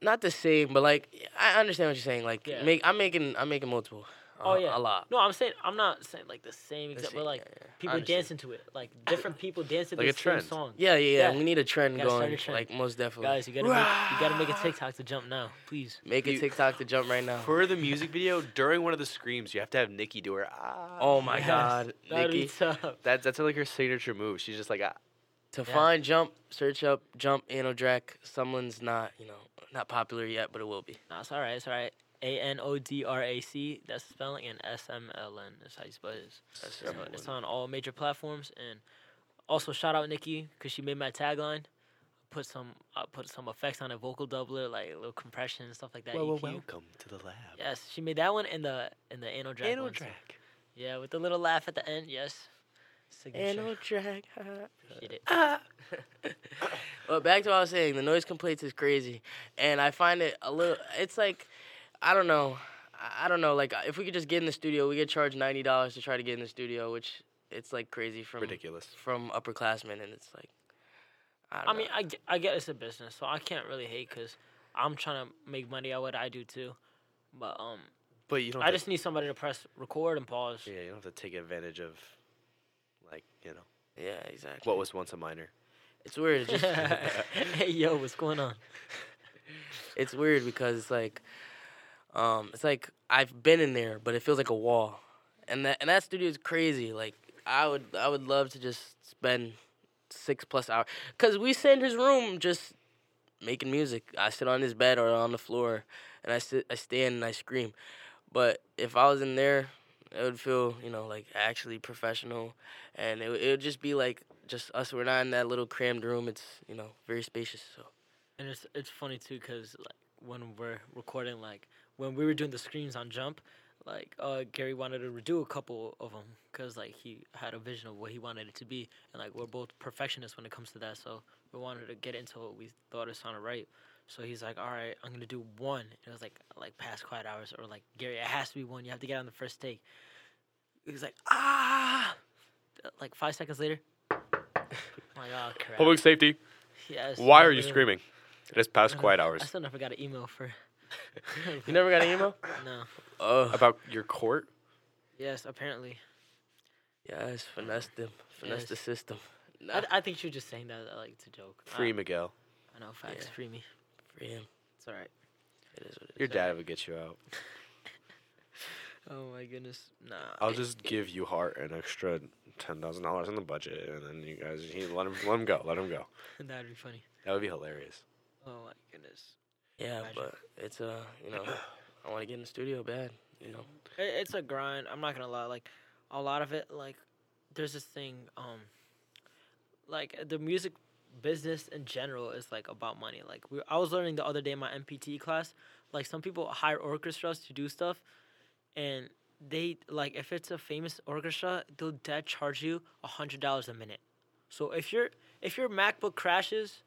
[SPEAKER 2] Not the same, but like I understand what you're saying. Like
[SPEAKER 3] Yeah.
[SPEAKER 2] make I'm making I'm making multiple.
[SPEAKER 3] Oh,
[SPEAKER 2] uh,
[SPEAKER 3] yeah.
[SPEAKER 2] a lot.
[SPEAKER 3] No, I'm saying I'm not saying like the same
[SPEAKER 2] The
[SPEAKER 3] exact,
[SPEAKER 2] same,
[SPEAKER 3] but like
[SPEAKER 2] yeah, yeah. I
[SPEAKER 3] people
[SPEAKER 2] understand.
[SPEAKER 3] dancing to it, like different people dancing to
[SPEAKER 1] Like a
[SPEAKER 3] the same
[SPEAKER 1] trend.
[SPEAKER 3] song.
[SPEAKER 2] Yeah, yeah, yeah.
[SPEAKER 3] Yeah.
[SPEAKER 2] We need a trend
[SPEAKER 3] Gotta start
[SPEAKER 2] going,
[SPEAKER 3] a trend.
[SPEAKER 2] like most definitely.
[SPEAKER 3] Guys, you gotta make, you gotta make a TikTok to jump now, please.
[SPEAKER 2] make a
[SPEAKER 1] You-
[SPEAKER 2] TikTok to jump right now.
[SPEAKER 1] For the music video, during one of the screams, you have to have Nikki do her ah.
[SPEAKER 2] Oh my
[SPEAKER 3] Yes,
[SPEAKER 2] God,
[SPEAKER 3] that'd be
[SPEAKER 2] Nikki.
[SPEAKER 3] tough.
[SPEAKER 1] That, that's like her signature move. She's just like, ah.
[SPEAKER 2] To
[SPEAKER 3] Yeah.
[SPEAKER 2] find jump, search up jump anal drac. Someone's not, you know, not popular yet, but it will be.
[SPEAKER 3] No, it's all right. It's all right. A N O D R A C. That's the spelling, and S M L N. That's how you spell it.
[SPEAKER 2] That's
[SPEAKER 3] So it's on all major platforms, and also shout out Nikki because she made my tagline. Put some, I put some effects on a vocal doubler, like a little compression and stuff like that. EQ.
[SPEAKER 1] welcome to the lab.
[SPEAKER 3] Yes, she made that one in the in the anal drag.
[SPEAKER 1] Anal
[SPEAKER 3] one, so-
[SPEAKER 1] track.
[SPEAKER 3] Yeah, with the little laugh at the end. Yes,
[SPEAKER 2] And
[SPEAKER 3] Signature.
[SPEAKER 2] old track.
[SPEAKER 3] Shit it.
[SPEAKER 2] Ah. well, back to what I was saying. The noise complaints is crazy, and I find it a little. It's like, I don't know, I I don't know. Like, if we could just get in the studio, we get charged ninety dollars to try to get in the studio, which it's like crazy from
[SPEAKER 1] Ridiculous.
[SPEAKER 2] from upperclassmen, and it's like, I don't
[SPEAKER 3] I
[SPEAKER 2] know.
[SPEAKER 3] mean, I, ge- I get it's a business, so I can't really hate because I'm trying to make money at what I do too. But um,
[SPEAKER 1] But you don't.
[SPEAKER 3] I
[SPEAKER 1] have
[SPEAKER 3] just need somebody to press record and pause.
[SPEAKER 1] to, yeah, you don't have to take advantage of, like you know,
[SPEAKER 2] yeah, exactly.
[SPEAKER 1] what was once a minor.
[SPEAKER 2] It's weird. It's just
[SPEAKER 3] hey yo, what's going on?
[SPEAKER 2] it's weird because it's like, um, it's like I've been in there, but it feels like a wall, and that and that studio is crazy. Like I would I would love to just spend six plus hours because we sit in his room just making music. I sit on his bed or on the floor, and I sit I stand and I scream. But if I was in there, it would feel you know like actually professional, and it would- it would just be like just us. We're not in that little crammed room. It's you know very spacious. So
[SPEAKER 3] And it's it's funny too because like when we're recording, like when we were doing the screams on Jump, like uh Gary wanted to redo a couple of them because like he had a vision of what he wanted it to be, and like we're both perfectionists when it comes to that, so we wanted to get into what we thought it sounded right. So he's like, "All right, I'm gonna do one." It was like like past quiet hours, or like Gary, it has to be one. You have to get on the first take. He's like, "Ah!" Like five seconds later, I'm like, "Oh crap!"
[SPEAKER 1] safety.
[SPEAKER 3] Yes, literally.
[SPEAKER 1] It is past quiet hours.
[SPEAKER 3] I still never got an email for.
[SPEAKER 2] you never got an email.
[SPEAKER 3] no.
[SPEAKER 2] Oh,
[SPEAKER 1] About your court.
[SPEAKER 3] Yes, apparently.
[SPEAKER 2] yes, finessed them. Finessed the
[SPEAKER 3] Yes.
[SPEAKER 2] system. Nah,
[SPEAKER 3] I, I think you're just saying that uh, like to joke. I-
[SPEAKER 1] Ah. Free Miguel.
[SPEAKER 3] I know facts.
[SPEAKER 2] Yeah.
[SPEAKER 3] Free me.
[SPEAKER 2] for him.
[SPEAKER 3] It's all right.
[SPEAKER 2] It is what it is.
[SPEAKER 1] Your dad would get you out.
[SPEAKER 3] Oh my goodness. Nah.
[SPEAKER 1] I'll just give you Hart an extra ten thousand dollars in the budget, and then you guys he, let him let him go. Let him go.
[SPEAKER 3] That'd be funny.
[SPEAKER 1] That would be hilarious.
[SPEAKER 3] Oh my goodness.
[SPEAKER 2] Yeah,
[SPEAKER 3] Imagine.
[SPEAKER 2] but it's uh, you know, I want to get in the studio bad. You know,
[SPEAKER 3] I- it's a grind. I'm not gonna lie. Like a lot of it, like there's this thing. Um, like the music business in general is like about money. Like we, I was learning the other day in my MPT class. Like some people hire orchestras to do stuff, and they like if it's a famous orchestra, they'll dead charge you a hundred dollars a minute. So if your if your MacBook crashes,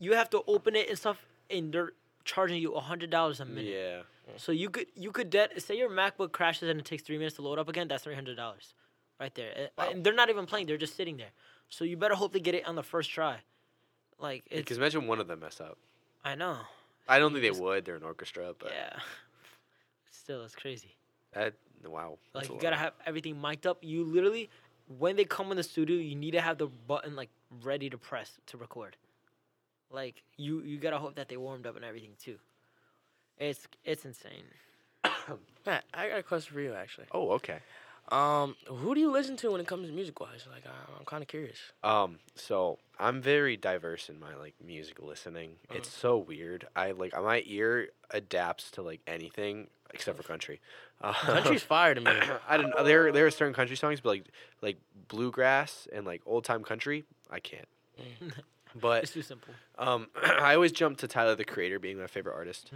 [SPEAKER 3] you have to open it and stuff, and they're charging you a hundred dollars a minute.
[SPEAKER 1] Yeah.
[SPEAKER 3] So you could you could debt say your MacBook crashes and it takes three minutes to load up again. That's three hundred dollars, right there. Uh, And they're not even playing; they're just sitting there. So you better hope they get it on the first try. Like it's,
[SPEAKER 1] Because imagine one of them mess up.
[SPEAKER 3] I know,
[SPEAKER 1] I don't think they would. They're an orchestra, but
[SPEAKER 3] yeah. Still, it's crazy.
[SPEAKER 1] that wow. that's
[SPEAKER 3] Like
[SPEAKER 1] a
[SPEAKER 3] you
[SPEAKER 1] lot.
[SPEAKER 3] gotta have everything mic'd up. You literally, when they come in the studio, you need to have the button like ready to press to record. Like you, you gotta hope that they warmed up and everything too. It's it's insane.
[SPEAKER 2] Matt, I got a question for you actually.
[SPEAKER 1] Oh, okay.
[SPEAKER 2] Um, who do you listen to when it comes to music wise? Like, I, I'm kind of curious.
[SPEAKER 1] Um, so I'm very diverse in my like music listening. It's so weird. I like my ear adapts to like anything except for country. Uh,
[SPEAKER 2] Country's fire to me.
[SPEAKER 1] I don't know. There there are certain country songs, but like like bluegrass and like old time country, I can't.
[SPEAKER 3] It's
[SPEAKER 1] But
[SPEAKER 3] too simple.
[SPEAKER 1] um, I always jump to Tyler the Creator being my favorite artist,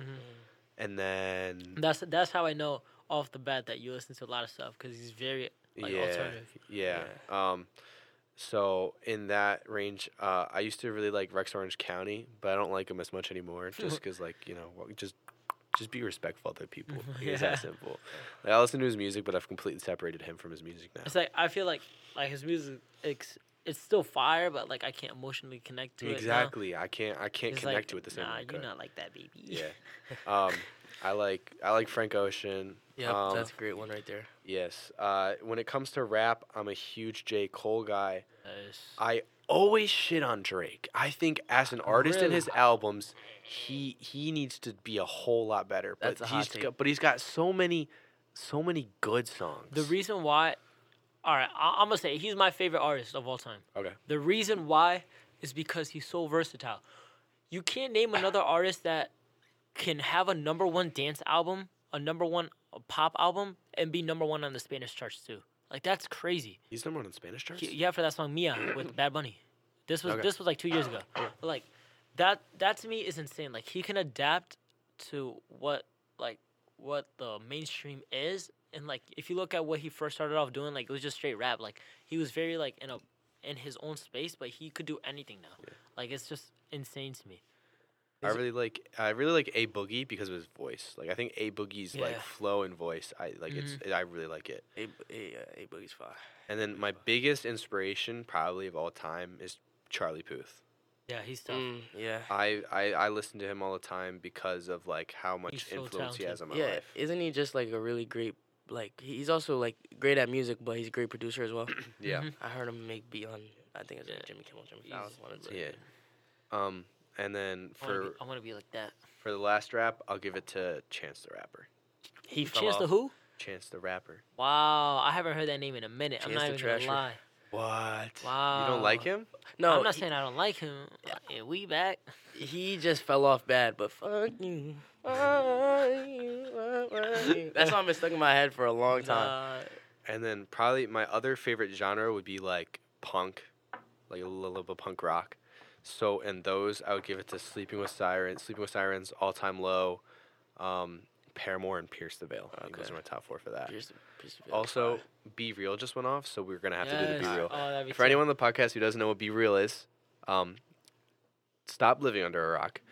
[SPEAKER 1] and then
[SPEAKER 3] That's that's how I know off the bat that you listen to a lot of stuff because he's very like
[SPEAKER 1] yeah,
[SPEAKER 3] alternative.
[SPEAKER 1] yeah, Um, so in that range, uh, I used to really like Rex Orange County, but I don't like him as much anymore, just because like you know, well, just just be respectful to people. It's
[SPEAKER 3] Yeah.
[SPEAKER 1] that simple. Like, I listen to his music, but I've completely separated him from his music now.
[SPEAKER 3] It's like I feel like like his music, it's it's still fire, but like I can't emotionally connect to it.
[SPEAKER 1] Exactly. I can't. I can't
[SPEAKER 3] Exactly.
[SPEAKER 1] connect to it the same
[SPEAKER 3] Nah,
[SPEAKER 1] way. I
[SPEAKER 3] you're
[SPEAKER 1] could.
[SPEAKER 3] not like that, baby.
[SPEAKER 1] Yeah. Um, I like I like Frank Ocean.
[SPEAKER 2] Yep,
[SPEAKER 1] Um,
[SPEAKER 2] that's a great one right there.
[SPEAKER 1] yes. Uh, when it comes to rap, I'm a huge J. Cole guy.
[SPEAKER 3] Yes.
[SPEAKER 1] I always shit on Drake. I think as an artist in
[SPEAKER 3] Really?
[SPEAKER 1] his albums, he he needs to be a whole lot better. But
[SPEAKER 2] That's a hot
[SPEAKER 1] he's
[SPEAKER 2] take.
[SPEAKER 1] got, but he's got so many so many good songs.
[SPEAKER 3] The reason why, all right, I, I'm gonna say he's my favorite artist of all time.
[SPEAKER 1] okay.
[SPEAKER 3] The reason why is because he's so versatile. You can't name another artist that can have a number one dance album, a number one pop album, and be number one on the Spanish charts too. Like that's crazy.
[SPEAKER 1] He's number one in Spanish charts.
[SPEAKER 3] Y- Yeah, for that song Mia with Bad Bunny. This was
[SPEAKER 1] Okay.
[SPEAKER 3] this was like two years ago. But, like that that to me is insane. Like he can adapt to what like what the mainstream is, and like if you look at what he first started off doing, like it was just straight rap. Like he was very like in a in his own space, but he could do anything now. Like it's just insane to me.
[SPEAKER 1] I
[SPEAKER 3] Is it-
[SPEAKER 1] really like I really like A Boogie because of his voice. Like I think A Boogie's like
[SPEAKER 2] Yeah. Mm-hmm.
[SPEAKER 1] flow and voice. I like it's I really like it.
[SPEAKER 2] A, a, uh, a Boogie's fire.
[SPEAKER 1] And then my biggest inspiration probably of all time is Charlie Puth.
[SPEAKER 3] Yeah, he's tough.
[SPEAKER 2] Mm, yeah.
[SPEAKER 1] I, I, I listen to him all the time because of like how much
[SPEAKER 3] He's so
[SPEAKER 1] influence he
[SPEAKER 3] talented.
[SPEAKER 1] has on my
[SPEAKER 2] yeah,
[SPEAKER 1] life.
[SPEAKER 2] isn't he just like a really great like he- he's also like great at music, but he's a great producer as well.
[SPEAKER 1] Yeah.
[SPEAKER 3] Mm-hmm.
[SPEAKER 2] I heard him make beat on I think it was like
[SPEAKER 3] Yeah.
[SPEAKER 2] Jimmy Kimmel, Jimmy
[SPEAKER 3] He's
[SPEAKER 2] Fallon, one of the
[SPEAKER 1] Yeah. Um and then
[SPEAKER 3] I wanna be-
[SPEAKER 1] for
[SPEAKER 3] I want to be like that.
[SPEAKER 1] for the last rap, I'll give it to Chance the Rapper.
[SPEAKER 2] He fell
[SPEAKER 3] Chance the
[SPEAKER 2] off.
[SPEAKER 3] Who?
[SPEAKER 1] Chance the Rapper.
[SPEAKER 3] Wow, I haven't heard that name in a minute. I'm
[SPEAKER 2] Chance
[SPEAKER 3] not
[SPEAKER 2] the
[SPEAKER 3] even gonna
[SPEAKER 2] Trasher.
[SPEAKER 3] lie.
[SPEAKER 1] What? You don't
[SPEAKER 3] Wow.
[SPEAKER 1] like him?
[SPEAKER 2] No,
[SPEAKER 3] I'm not
[SPEAKER 2] he,
[SPEAKER 3] saying I don't like him. Yeah, we back.
[SPEAKER 2] he just fell off bad. But fuck you, fuck you, fuck you. That song been stuck in my head for a long time.
[SPEAKER 3] Nah,
[SPEAKER 1] And then probably my other favorite genre would be like punk, like a little bit of punk rock. So and those I would give it to Sleeping with Sirens, Sleeping with Sirens, All Time Low, um, Paramore, and Pierce the Veil. I think Those
[SPEAKER 2] Okay.
[SPEAKER 1] are my top four for that.
[SPEAKER 2] Pierce the- Pierce the Veil.
[SPEAKER 1] Also, Be Real just went off, so we're gonna have to do the
[SPEAKER 3] yes.
[SPEAKER 1] Be Real.
[SPEAKER 3] Oh, that'd be
[SPEAKER 1] For
[SPEAKER 3] sick.
[SPEAKER 1] anyone on the podcast who doesn't know what Be Real is, um, stop living under a rock.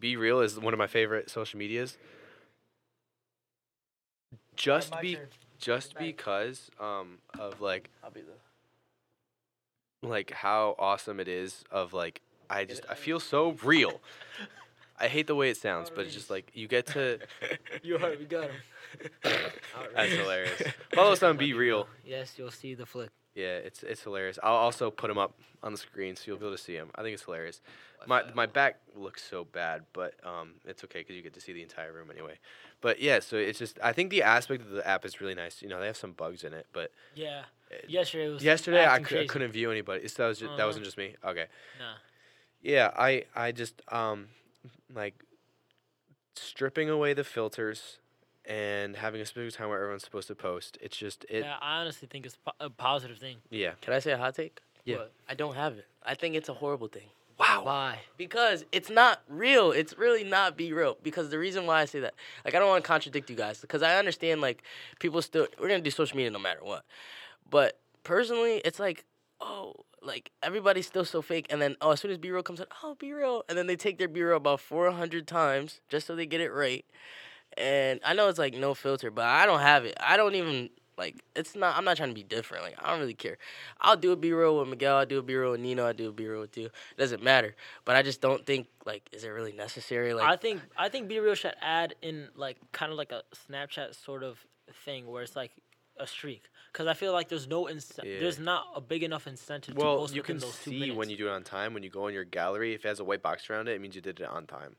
[SPEAKER 1] Be Real is one of my favorite social medias. Just be, just because um, of like
[SPEAKER 2] I'll be the.
[SPEAKER 1] like how awesome it is. Of like, I just I feel so real. I hate the way it sounds, but it's just like you get to.
[SPEAKER 3] You already got him.
[SPEAKER 1] That's hilarious. Follow us on Be Real.
[SPEAKER 3] Yes, you'll see the flick.
[SPEAKER 1] Yeah, it's it's hilarious. I'll also put them up on the screen so you'll be able to see them. I think it's hilarious. My my back looks so bad, but um, it's okay because you get to see the entire room anyway. But yeah, so it's just I think the aspect of the app is really nice. You know, they have some bugs in it, but
[SPEAKER 3] Yeah. Yesterday was.
[SPEAKER 1] yesterday I,
[SPEAKER 3] acting
[SPEAKER 1] cou- I
[SPEAKER 3] crazy.
[SPEAKER 1] couldn't view anybody. So that was just, that
[SPEAKER 3] Uh-huh.
[SPEAKER 1] wasn't just me. Okay.
[SPEAKER 3] Nah.
[SPEAKER 1] Yeah, I I just um like stripping away the filters and having a specific time where everyone's supposed to post. It's just it.
[SPEAKER 3] yeah, I honestly think it's po- a positive thing.
[SPEAKER 1] yeah.
[SPEAKER 2] Can I say a hot take?
[SPEAKER 1] Yeah.
[SPEAKER 2] What? I don't have it. I think it's a horrible thing.
[SPEAKER 3] Why?
[SPEAKER 2] because it's not real. It's really not be real. Because the reason why I say that, like, I don't want to contradict you guys, because I understand like people still we're gonna do social media no matter what. But personally, it's like, oh, like everybody's still so fake, and then oh, as soon as be real comes in, oh, be real, and then they take their be real about four hundred times just so they get it right. And I know it's like no filter, but I don't have it. I don't even like it's not I'm not trying to be different. Like I don't really care. I'll do a B roll with Miguel, I'll do a B roll with Nino, I'll do a B roll with you. It doesn't matter. But I just don't think like is it really necessary? Like
[SPEAKER 3] I think I think Be Real should add in like kind of like a Snapchat sort of thing where it's like a streak because I feel like there's no ince-
[SPEAKER 1] Yeah.
[SPEAKER 3] there's not a big enough incentive. to
[SPEAKER 1] Well,
[SPEAKER 3] post
[SPEAKER 1] you
[SPEAKER 3] within
[SPEAKER 1] can
[SPEAKER 3] those two
[SPEAKER 1] see when
[SPEAKER 3] minutes.
[SPEAKER 1] you do it on time. When you go in your gallery, if it has a white box around it, it means you did it on time.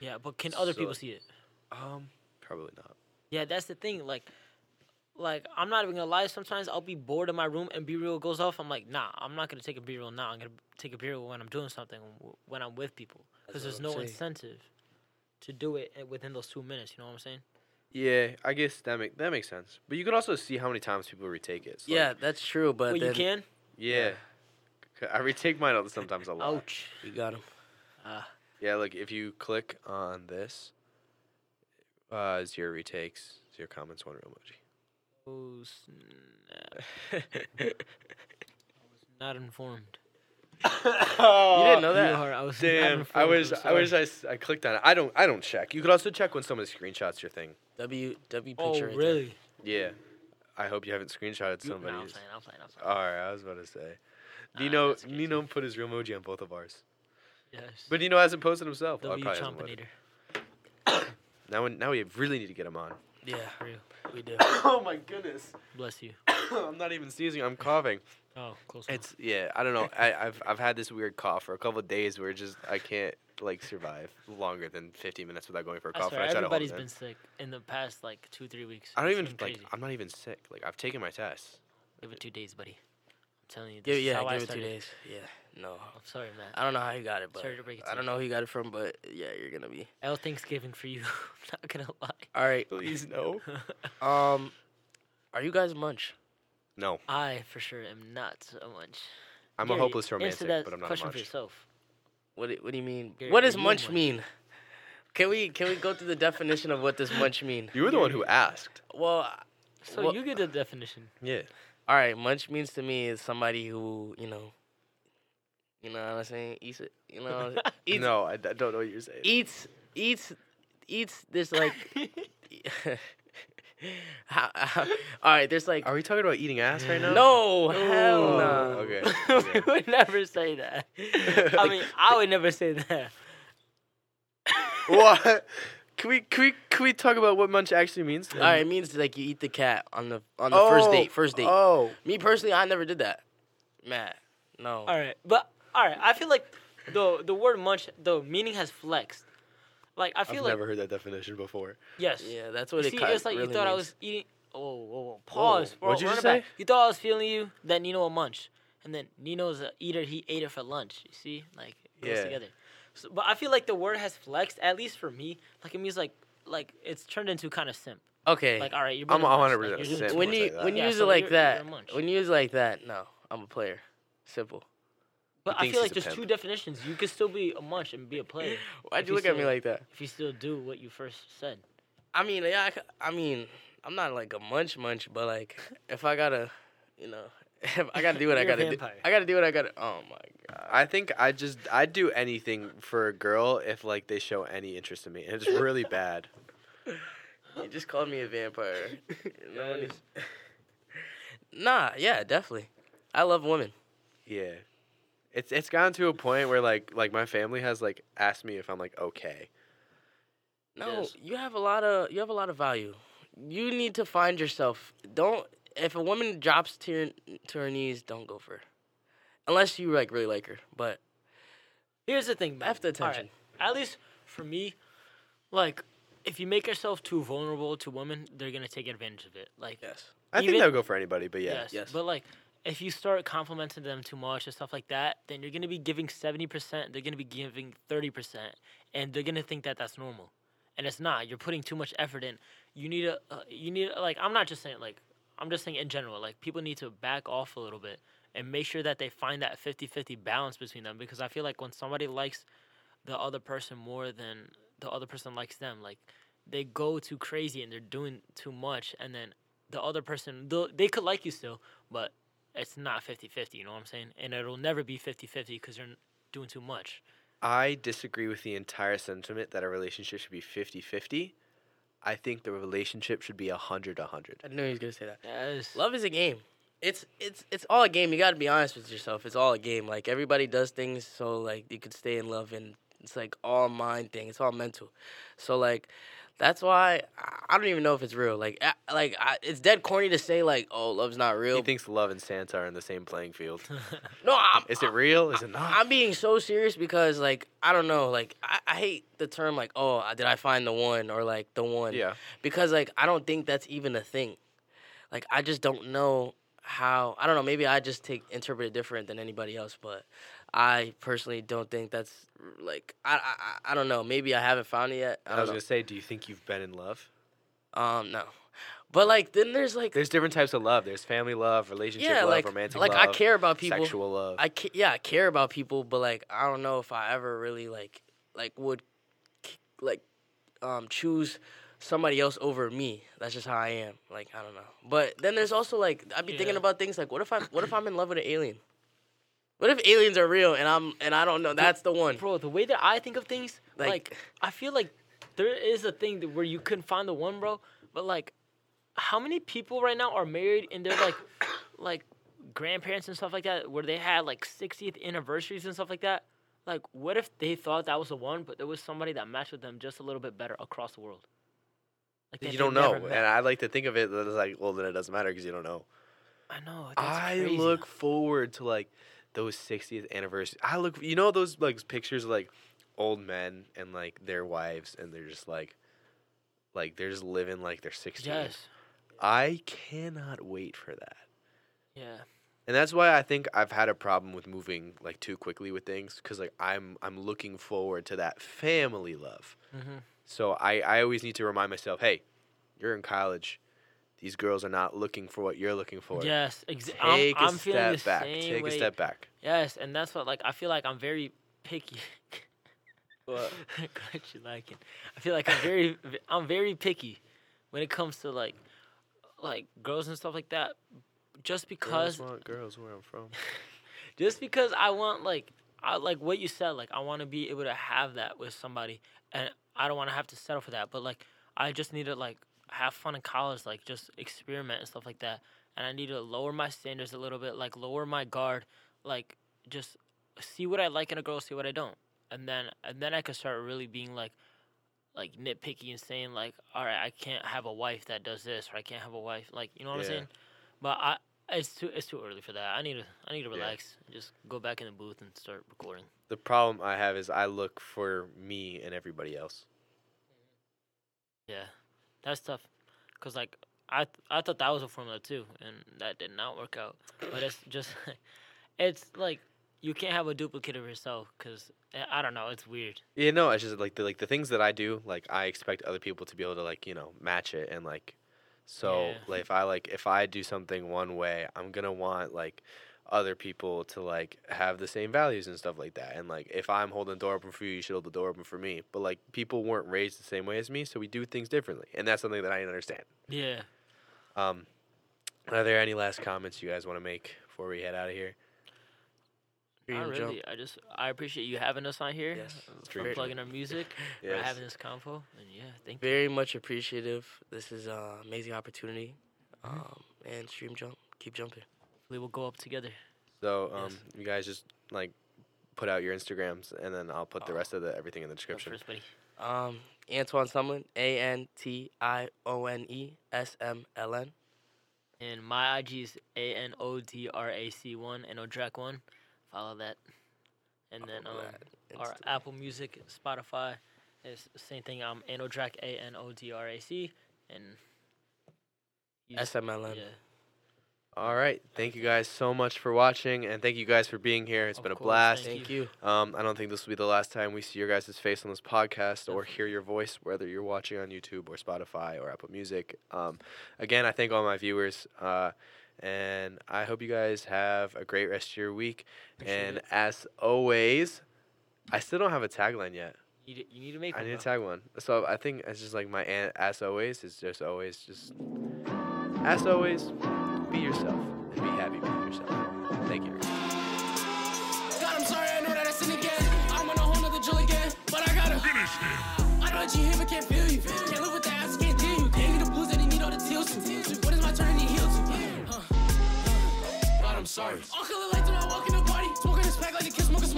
[SPEAKER 3] Yeah, but can other
[SPEAKER 1] So-
[SPEAKER 3] people see it?
[SPEAKER 1] Um, probably not.
[SPEAKER 3] Yeah, that's the thing. Like, like I'm not even gonna lie. Sometimes I'll be bored in my room and B real goes off. I'm like, nah, I'm not gonna take a B real now. I'm gonna take a B real when I'm doing something, w- when I'm with people, because
[SPEAKER 2] That's
[SPEAKER 3] there's
[SPEAKER 2] what I'm
[SPEAKER 3] no
[SPEAKER 2] saying.
[SPEAKER 3] incentive to do it i- within those two minutes. You know what I'm saying?
[SPEAKER 1] Yeah, I guess that make that makes sense. But you could also see how many times people retake it. So, like,
[SPEAKER 2] yeah, that's true, but
[SPEAKER 3] Well,
[SPEAKER 2] then
[SPEAKER 3] you can.
[SPEAKER 1] yeah. C- I retake mine all- sometimes a lot.
[SPEAKER 3] Ouch.
[SPEAKER 2] you got him.
[SPEAKER 1] Yeah, look, if you click on this, uh, zero retakes, zero comments, one real emoji.
[SPEAKER 3] Oh snap! not informed.
[SPEAKER 2] you didn't know
[SPEAKER 3] You
[SPEAKER 2] that?
[SPEAKER 3] are- I was not
[SPEAKER 1] Damn, I
[SPEAKER 3] informed, I'm
[SPEAKER 1] wish I
[SPEAKER 3] sorry.
[SPEAKER 1] wish I, s- I clicked on it. I don't I don't check. You could also check when someone screenshots your thing.
[SPEAKER 2] W W picture.
[SPEAKER 3] Oh
[SPEAKER 2] right there.
[SPEAKER 3] really?
[SPEAKER 1] Yeah, I hope you haven't screenshotted
[SPEAKER 3] You, nah, I'm
[SPEAKER 1] somebody's.
[SPEAKER 3] playing. I'm playing. I'm playing.
[SPEAKER 1] All right, I was about to say.
[SPEAKER 3] Nah,
[SPEAKER 1] Nino
[SPEAKER 3] that's okay,
[SPEAKER 1] Nino put his real emoji on both of ours,
[SPEAKER 3] Yes.
[SPEAKER 1] but Nino hasn't posted himself. Oh, he
[SPEAKER 3] W
[SPEAKER 1] probably hasn't posted.
[SPEAKER 3] Chompinator.
[SPEAKER 1] Now, we- now we really need to get him on.
[SPEAKER 2] Yeah,
[SPEAKER 3] For real.
[SPEAKER 2] we do.
[SPEAKER 1] oh my goodness,
[SPEAKER 3] Bless you.
[SPEAKER 1] I'm not even sneezing. I'm coughing.
[SPEAKER 3] Oh, close. enough.
[SPEAKER 1] It's yeah. I don't know. I, I've I've had this weird cough for a couple of days where just I can't like survive longer than 15 minutes without going for a
[SPEAKER 3] I
[SPEAKER 1] cough.
[SPEAKER 3] swear,
[SPEAKER 1] and I try to hold
[SPEAKER 3] everybody's
[SPEAKER 1] it in.
[SPEAKER 3] been sick in the past like two, three weeks.
[SPEAKER 1] I don't
[SPEAKER 3] It's
[SPEAKER 1] even
[SPEAKER 3] been
[SPEAKER 1] like.
[SPEAKER 3] crazy.
[SPEAKER 1] I'm not even sick. Like I've taken my tests.
[SPEAKER 3] Give it two days, buddy. I'm telling you. This
[SPEAKER 2] Give,
[SPEAKER 3] is
[SPEAKER 2] yeah,
[SPEAKER 3] how I
[SPEAKER 2] give it two
[SPEAKER 3] started.
[SPEAKER 2] days. Yeah, no.
[SPEAKER 3] I'm sorry, man.
[SPEAKER 2] I don't know how you got it, but
[SPEAKER 3] Sorry to break it to
[SPEAKER 2] I don't
[SPEAKER 3] you.
[SPEAKER 2] know who you got it from, but yeah, you're gonna be
[SPEAKER 3] L Thanksgiving for you. I'm not gonna lie.
[SPEAKER 2] all right.
[SPEAKER 1] Please no.
[SPEAKER 2] Um, are you guys munch?
[SPEAKER 1] No,
[SPEAKER 3] I for sure am not so much.
[SPEAKER 1] I'm
[SPEAKER 3] Gary,
[SPEAKER 1] a hopeless
[SPEAKER 3] answer
[SPEAKER 1] romantic,
[SPEAKER 3] that
[SPEAKER 1] but I'm not a
[SPEAKER 3] question for
[SPEAKER 1] munch.
[SPEAKER 3] yourself.
[SPEAKER 2] What do, what do you mean?
[SPEAKER 3] Gary,
[SPEAKER 2] what
[SPEAKER 3] are
[SPEAKER 2] does
[SPEAKER 3] you
[SPEAKER 2] munch
[SPEAKER 3] munch?
[SPEAKER 2] mean? Can we can we go through the definition of what does munch mean?
[SPEAKER 1] You were the one who asked.
[SPEAKER 2] Well,
[SPEAKER 3] So
[SPEAKER 2] Well-
[SPEAKER 3] you get the definition.
[SPEAKER 1] Yeah.
[SPEAKER 2] all right, munch means to me is somebody who you know, you know what I'm saying, eats it, you know, eats
[SPEAKER 1] no, I, d- don't know what you're saying.
[SPEAKER 2] eats eats eats this like. how, how, all right, there's like
[SPEAKER 1] Are we talking about eating ass right now?
[SPEAKER 2] no hell
[SPEAKER 1] Oh,
[SPEAKER 2] no.
[SPEAKER 1] Okay.
[SPEAKER 3] we
[SPEAKER 1] okay.
[SPEAKER 3] would never say that. I mean, I would never say that.
[SPEAKER 1] what? Can we can we can we talk about what munch actually means?
[SPEAKER 2] All right, it means like you eat the cat on the on the first date. First date.
[SPEAKER 1] Oh.
[SPEAKER 2] Me personally, I never did that. Matt, no.
[SPEAKER 3] All right, but all right, I feel like the the word munch, the meaning has flexed. Like I
[SPEAKER 1] I've
[SPEAKER 3] feel like
[SPEAKER 1] never heard that definition before.
[SPEAKER 3] yes.
[SPEAKER 2] Yeah, that's
[SPEAKER 3] You
[SPEAKER 2] what it
[SPEAKER 3] See,
[SPEAKER 2] cut-
[SPEAKER 3] it's like
[SPEAKER 2] really
[SPEAKER 3] you thought I
[SPEAKER 2] means.
[SPEAKER 3] was eating. Oh, whoa, whoa, pause. bro,
[SPEAKER 1] what'd you
[SPEAKER 3] run
[SPEAKER 1] just
[SPEAKER 3] it back.
[SPEAKER 1] say?
[SPEAKER 3] You thought I was feeling you. That Nino a munch, and then Nino's a eater. He ate it for lunch. You see, like it goes
[SPEAKER 1] Yeah.
[SPEAKER 3] together. So, but I feel like the word has flexed, at least for me. Like it means like like it's turned into kind of simp.
[SPEAKER 2] Okay.
[SPEAKER 3] Like all right, you're.
[SPEAKER 1] I'm
[SPEAKER 3] being a munch,
[SPEAKER 1] 100%
[SPEAKER 3] like,
[SPEAKER 1] a
[SPEAKER 3] you're doing
[SPEAKER 1] simp.
[SPEAKER 3] too
[SPEAKER 2] when
[SPEAKER 1] We'll
[SPEAKER 2] you
[SPEAKER 1] say that.
[SPEAKER 2] when you
[SPEAKER 3] Yeah,
[SPEAKER 2] use
[SPEAKER 3] so
[SPEAKER 2] it like
[SPEAKER 3] you're- you're a
[SPEAKER 2] that,
[SPEAKER 3] munch.
[SPEAKER 2] when you use it like that, no, I'm a player. Simple.
[SPEAKER 3] But I
[SPEAKER 1] thinks
[SPEAKER 3] feel
[SPEAKER 1] he's
[SPEAKER 3] like
[SPEAKER 1] a
[SPEAKER 3] there's
[SPEAKER 1] pimp.
[SPEAKER 3] two definitions. You could still be a munch and be a player
[SPEAKER 2] Why'd
[SPEAKER 3] If
[SPEAKER 2] you
[SPEAKER 3] you
[SPEAKER 2] look at me
[SPEAKER 3] say-
[SPEAKER 2] like that?
[SPEAKER 3] if you still do what you first said.
[SPEAKER 2] I mean, yeah, I, c- I mean, I'm not like a munch munch, but like if I gotta, you know, if I gotta do what I
[SPEAKER 3] You're a
[SPEAKER 2] gotta do,
[SPEAKER 3] vampire.
[SPEAKER 2] I gotta do what I gotta. Oh my god.
[SPEAKER 1] I think I just I'd do anything for a girl if like they show any interest in me. And it's really bad.
[SPEAKER 2] You just called me a vampire. No one
[SPEAKER 3] Yeah,
[SPEAKER 2] is- nah, yeah, definitely. I love women.
[SPEAKER 1] Yeah. It's it's gotten to a point where like like my family has like asked me if I'm like okay.
[SPEAKER 2] No,
[SPEAKER 3] Yes.
[SPEAKER 2] you have a lot of you have a lot of value. You need to find yourself. Don't if a woman drops to your to her knees, don't go for her. Unless you like really like her. But
[SPEAKER 3] Here's the thing, man.
[SPEAKER 2] F the
[SPEAKER 3] All right.
[SPEAKER 2] attention.
[SPEAKER 3] At least for me, like if you make yourself too vulnerable to women, they're gonna take advantage of it. Like
[SPEAKER 2] yes.
[SPEAKER 1] I think
[SPEAKER 3] Even-
[SPEAKER 1] they'll go for anybody, but yeah.
[SPEAKER 3] yes,
[SPEAKER 2] yes.
[SPEAKER 3] but like if you start complimenting them too much and stuff like that, then you're gonna be giving seventy percent. They're gonna be giving thirty percent, and they're gonna think that that's normal, and it's not. You're putting too much effort in. You need a. Uh, you need like I'm not just saying like I'm just saying in general like people need to back off a little bit and make sure that they find that 50-50 balance between them because I feel like when somebody likes the other person more than the other person likes them. Like they go too crazy and they're doing too much, and then the other person they'll- they could like you still, but it's not 50-50, You know what I'm saying? And it'll never be 50-50 because you're n- doing too much.
[SPEAKER 1] I disagree with the entire sentiment that a relationship should be 50-50. I think the relationship should be 100 100.
[SPEAKER 2] I knew he was gonna say that.
[SPEAKER 3] Yes.
[SPEAKER 2] Love is a game. It's it's it's all a game. You gotta be honest with yourself. It's all a game. Like everybody does things so like you could stay in love and it's like all mind thing. It's all mental. So like that's why I- I don't even know if it's real. Like I, like I, it's dead corny to say like oh love's not
[SPEAKER 1] He
[SPEAKER 2] real.
[SPEAKER 1] thinks love and Santa are in the same playing field.
[SPEAKER 2] no, I'm,
[SPEAKER 1] Is it real? Is it not?
[SPEAKER 2] I'm being so serious because like I don't know. Like I, I hate the term like oh I- did I find the one or like the one.
[SPEAKER 1] yeah.
[SPEAKER 2] because like I don't think that's even a thing. Like I just don't know how I don't know. Maybe I just take interpret it different than anybody else, but I personally don't think that's like I I- I, I don't know. Maybe I haven't found it yet. I
[SPEAKER 1] I was
[SPEAKER 2] don't
[SPEAKER 1] going to say, do you think you've been in love?
[SPEAKER 2] know. Um no, but like then there's like
[SPEAKER 1] There's different types of love. There's family love, relationship
[SPEAKER 2] yeah
[SPEAKER 1] love,
[SPEAKER 2] like
[SPEAKER 1] romantic
[SPEAKER 2] like
[SPEAKER 1] love.
[SPEAKER 2] I care about people.
[SPEAKER 1] Sexual love.
[SPEAKER 2] I ca- yeah I care about people, but like I don't know if I ever really like like would k- like um choose somebody else over me. That's just how I am. Like I don't know. But then there's also like I'd be thinking
[SPEAKER 3] Yeah.
[SPEAKER 2] about things like what if I what if I'm in love with an alien? What if aliens are real and I'm and I don't know? That's the one.
[SPEAKER 3] Bro, the way that I think of things,
[SPEAKER 2] Like-
[SPEAKER 3] like, I feel like there is a thing that where you couldn't find the one, bro. But like, how many people right now are married and they're like, like grandparents and stuff like that, where they had like 60th anniversaries and stuff like that? Like, what if they thought that was the one, but there was somebody that matched with them just a little bit better across the world? Like that
[SPEAKER 1] you
[SPEAKER 3] they
[SPEAKER 1] don't
[SPEAKER 3] never
[SPEAKER 1] know.
[SPEAKER 3] met.
[SPEAKER 1] And I like to think of it as like, well, then it doesn't matter because you don't know.
[SPEAKER 3] I, know. that's
[SPEAKER 1] I
[SPEAKER 3] crazy.
[SPEAKER 1] look forward to like those 60th anniversary. I look, you know, those like pictures of like old men and like their wives, and they're just like, like they're just living like they're 16.
[SPEAKER 3] Yes.
[SPEAKER 1] I cannot wait for that.
[SPEAKER 3] Yeah.
[SPEAKER 1] And that's why I think I've had a problem with moving like too quickly with things because like I'm I'm looking forward to that family love.
[SPEAKER 3] hmm
[SPEAKER 1] So I, I always need to remind myself, hey, you're in college. These girls are not looking for what you're looking for.
[SPEAKER 3] Yes. Exa- I'm-
[SPEAKER 1] Take
[SPEAKER 3] I'm,
[SPEAKER 1] a step
[SPEAKER 3] feeling the
[SPEAKER 1] back.
[SPEAKER 3] same
[SPEAKER 1] Take
[SPEAKER 3] way.
[SPEAKER 1] a step back.
[SPEAKER 3] Yes, and that's what like I feel like I'm very picky.
[SPEAKER 2] But
[SPEAKER 3] Glad you like it. I feel like I'm very, I'm very picky when it comes to like, like girls and stuff like that. Just because,
[SPEAKER 1] girls want girls where I'm from.
[SPEAKER 3] just because I want like, I like what you said. Like I want to be able to have that with somebody, and I don't want to have to settle for that. But like, I just need to like have fun in college, like just experiment and stuff like that. And I need to lower my standards a little bit, like lower my guard, like just see what I like in a girl, see what I don't and then and then I could start really being like like nitpicky and saying like, all right, I can't have a wife that does this, or I can't have a wife like you know what
[SPEAKER 1] Yeah.
[SPEAKER 3] I'm saying. But I it's too it's too early for that. I need to I need to relax and just go back in the booth and start recording.
[SPEAKER 1] The problem I have is I look for me and everybody else.
[SPEAKER 3] Yeah, that's tough, cause like I th- I thought that was a formula too, and that did not work out. But it's just it's like you can't have a duplicate of yourself, cause eh, I don't know, it's weird.
[SPEAKER 1] Yeah, no, it's just like the like the things that I do, like I expect other people to be able to like, you know, match it and like so
[SPEAKER 3] Yeah.
[SPEAKER 1] like if I like if I do something one way, I'm gonna want like other people to like have the same values and stuff like that. And like if I'm holding the door open for you, you should hold the door open for me. But like people weren't raised the same way as me, so we do things differently. And that's something that I didn't understand.
[SPEAKER 3] Yeah.
[SPEAKER 1] Um are there any last comments you guys wanna make before we head out of here?
[SPEAKER 3] Not
[SPEAKER 2] Dream
[SPEAKER 3] really. I just I appreciate you having us on here.
[SPEAKER 2] Yes.
[SPEAKER 3] uh,
[SPEAKER 1] Dream
[SPEAKER 3] for
[SPEAKER 1] jump.
[SPEAKER 3] plugging our music, for
[SPEAKER 1] Yes.
[SPEAKER 3] having this convo, and yeah, thank you.
[SPEAKER 2] very much appreciative. This is an amazing opportunity.
[SPEAKER 3] Mm-hmm.
[SPEAKER 2] Um, and stream jump, keep jumping.
[SPEAKER 3] Hopefully we'll go up together.
[SPEAKER 1] So um
[SPEAKER 3] Yes.
[SPEAKER 1] you guys just like put out your Instagrams and then I'll put the
[SPEAKER 2] Oh.
[SPEAKER 1] rest of the everything in the
[SPEAKER 3] Go
[SPEAKER 1] description.
[SPEAKER 3] first, buddy.
[SPEAKER 2] Um, Antoine Sumlin, A N T I O N E S M L N.
[SPEAKER 3] And my IG is A N O D R A C one and Odrac one. Follow that. And then um, our Apple Music, Spotify, is same thing. I'm Anodrac A N O D R A C and you just-
[SPEAKER 2] SMLN.
[SPEAKER 3] Yeah.
[SPEAKER 1] All right. Thank you guys so much for watching, and thank you guys for being here. It's
[SPEAKER 3] Of
[SPEAKER 1] been a
[SPEAKER 3] course,
[SPEAKER 1] blast.
[SPEAKER 3] Thank
[SPEAKER 2] Thank you.
[SPEAKER 1] Um, I don't think this will be the last time we see your guys' face on this podcast or
[SPEAKER 3] Definitely.
[SPEAKER 1] hear your voice, whether you're watching on YouTube or Spotify or Apple Music. Um, again, I thank all my viewers, uh, and I hope you guys have a great rest of your week.
[SPEAKER 3] Appreciate
[SPEAKER 1] and
[SPEAKER 3] it.
[SPEAKER 1] as always, I still don't have a tagline yet.
[SPEAKER 3] You, d- you need to make
[SPEAKER 1] I
[SPEAKER 3] one,
[SPEAKER 1] need a
[SPEAKER 3] bro.
[SPEAKER 1] tag one. So I think it's just like my aunt, as always, is just always just as always, be yourself and be happy with yourself. Thank you.
[SPEAKER 5] God, I'm sorry, I know that I sinned again. I'm on a whole nother drill again, but I gotta finish it. I know that you hear, but can't feel you. Can't live with the ass, can't deal you. Give me the blues that they need all the teals to. What is my turn to heal to? Huh. God, I'm sorry. Uncle look like when I walk in the party. Smoking this pack like a kid smoking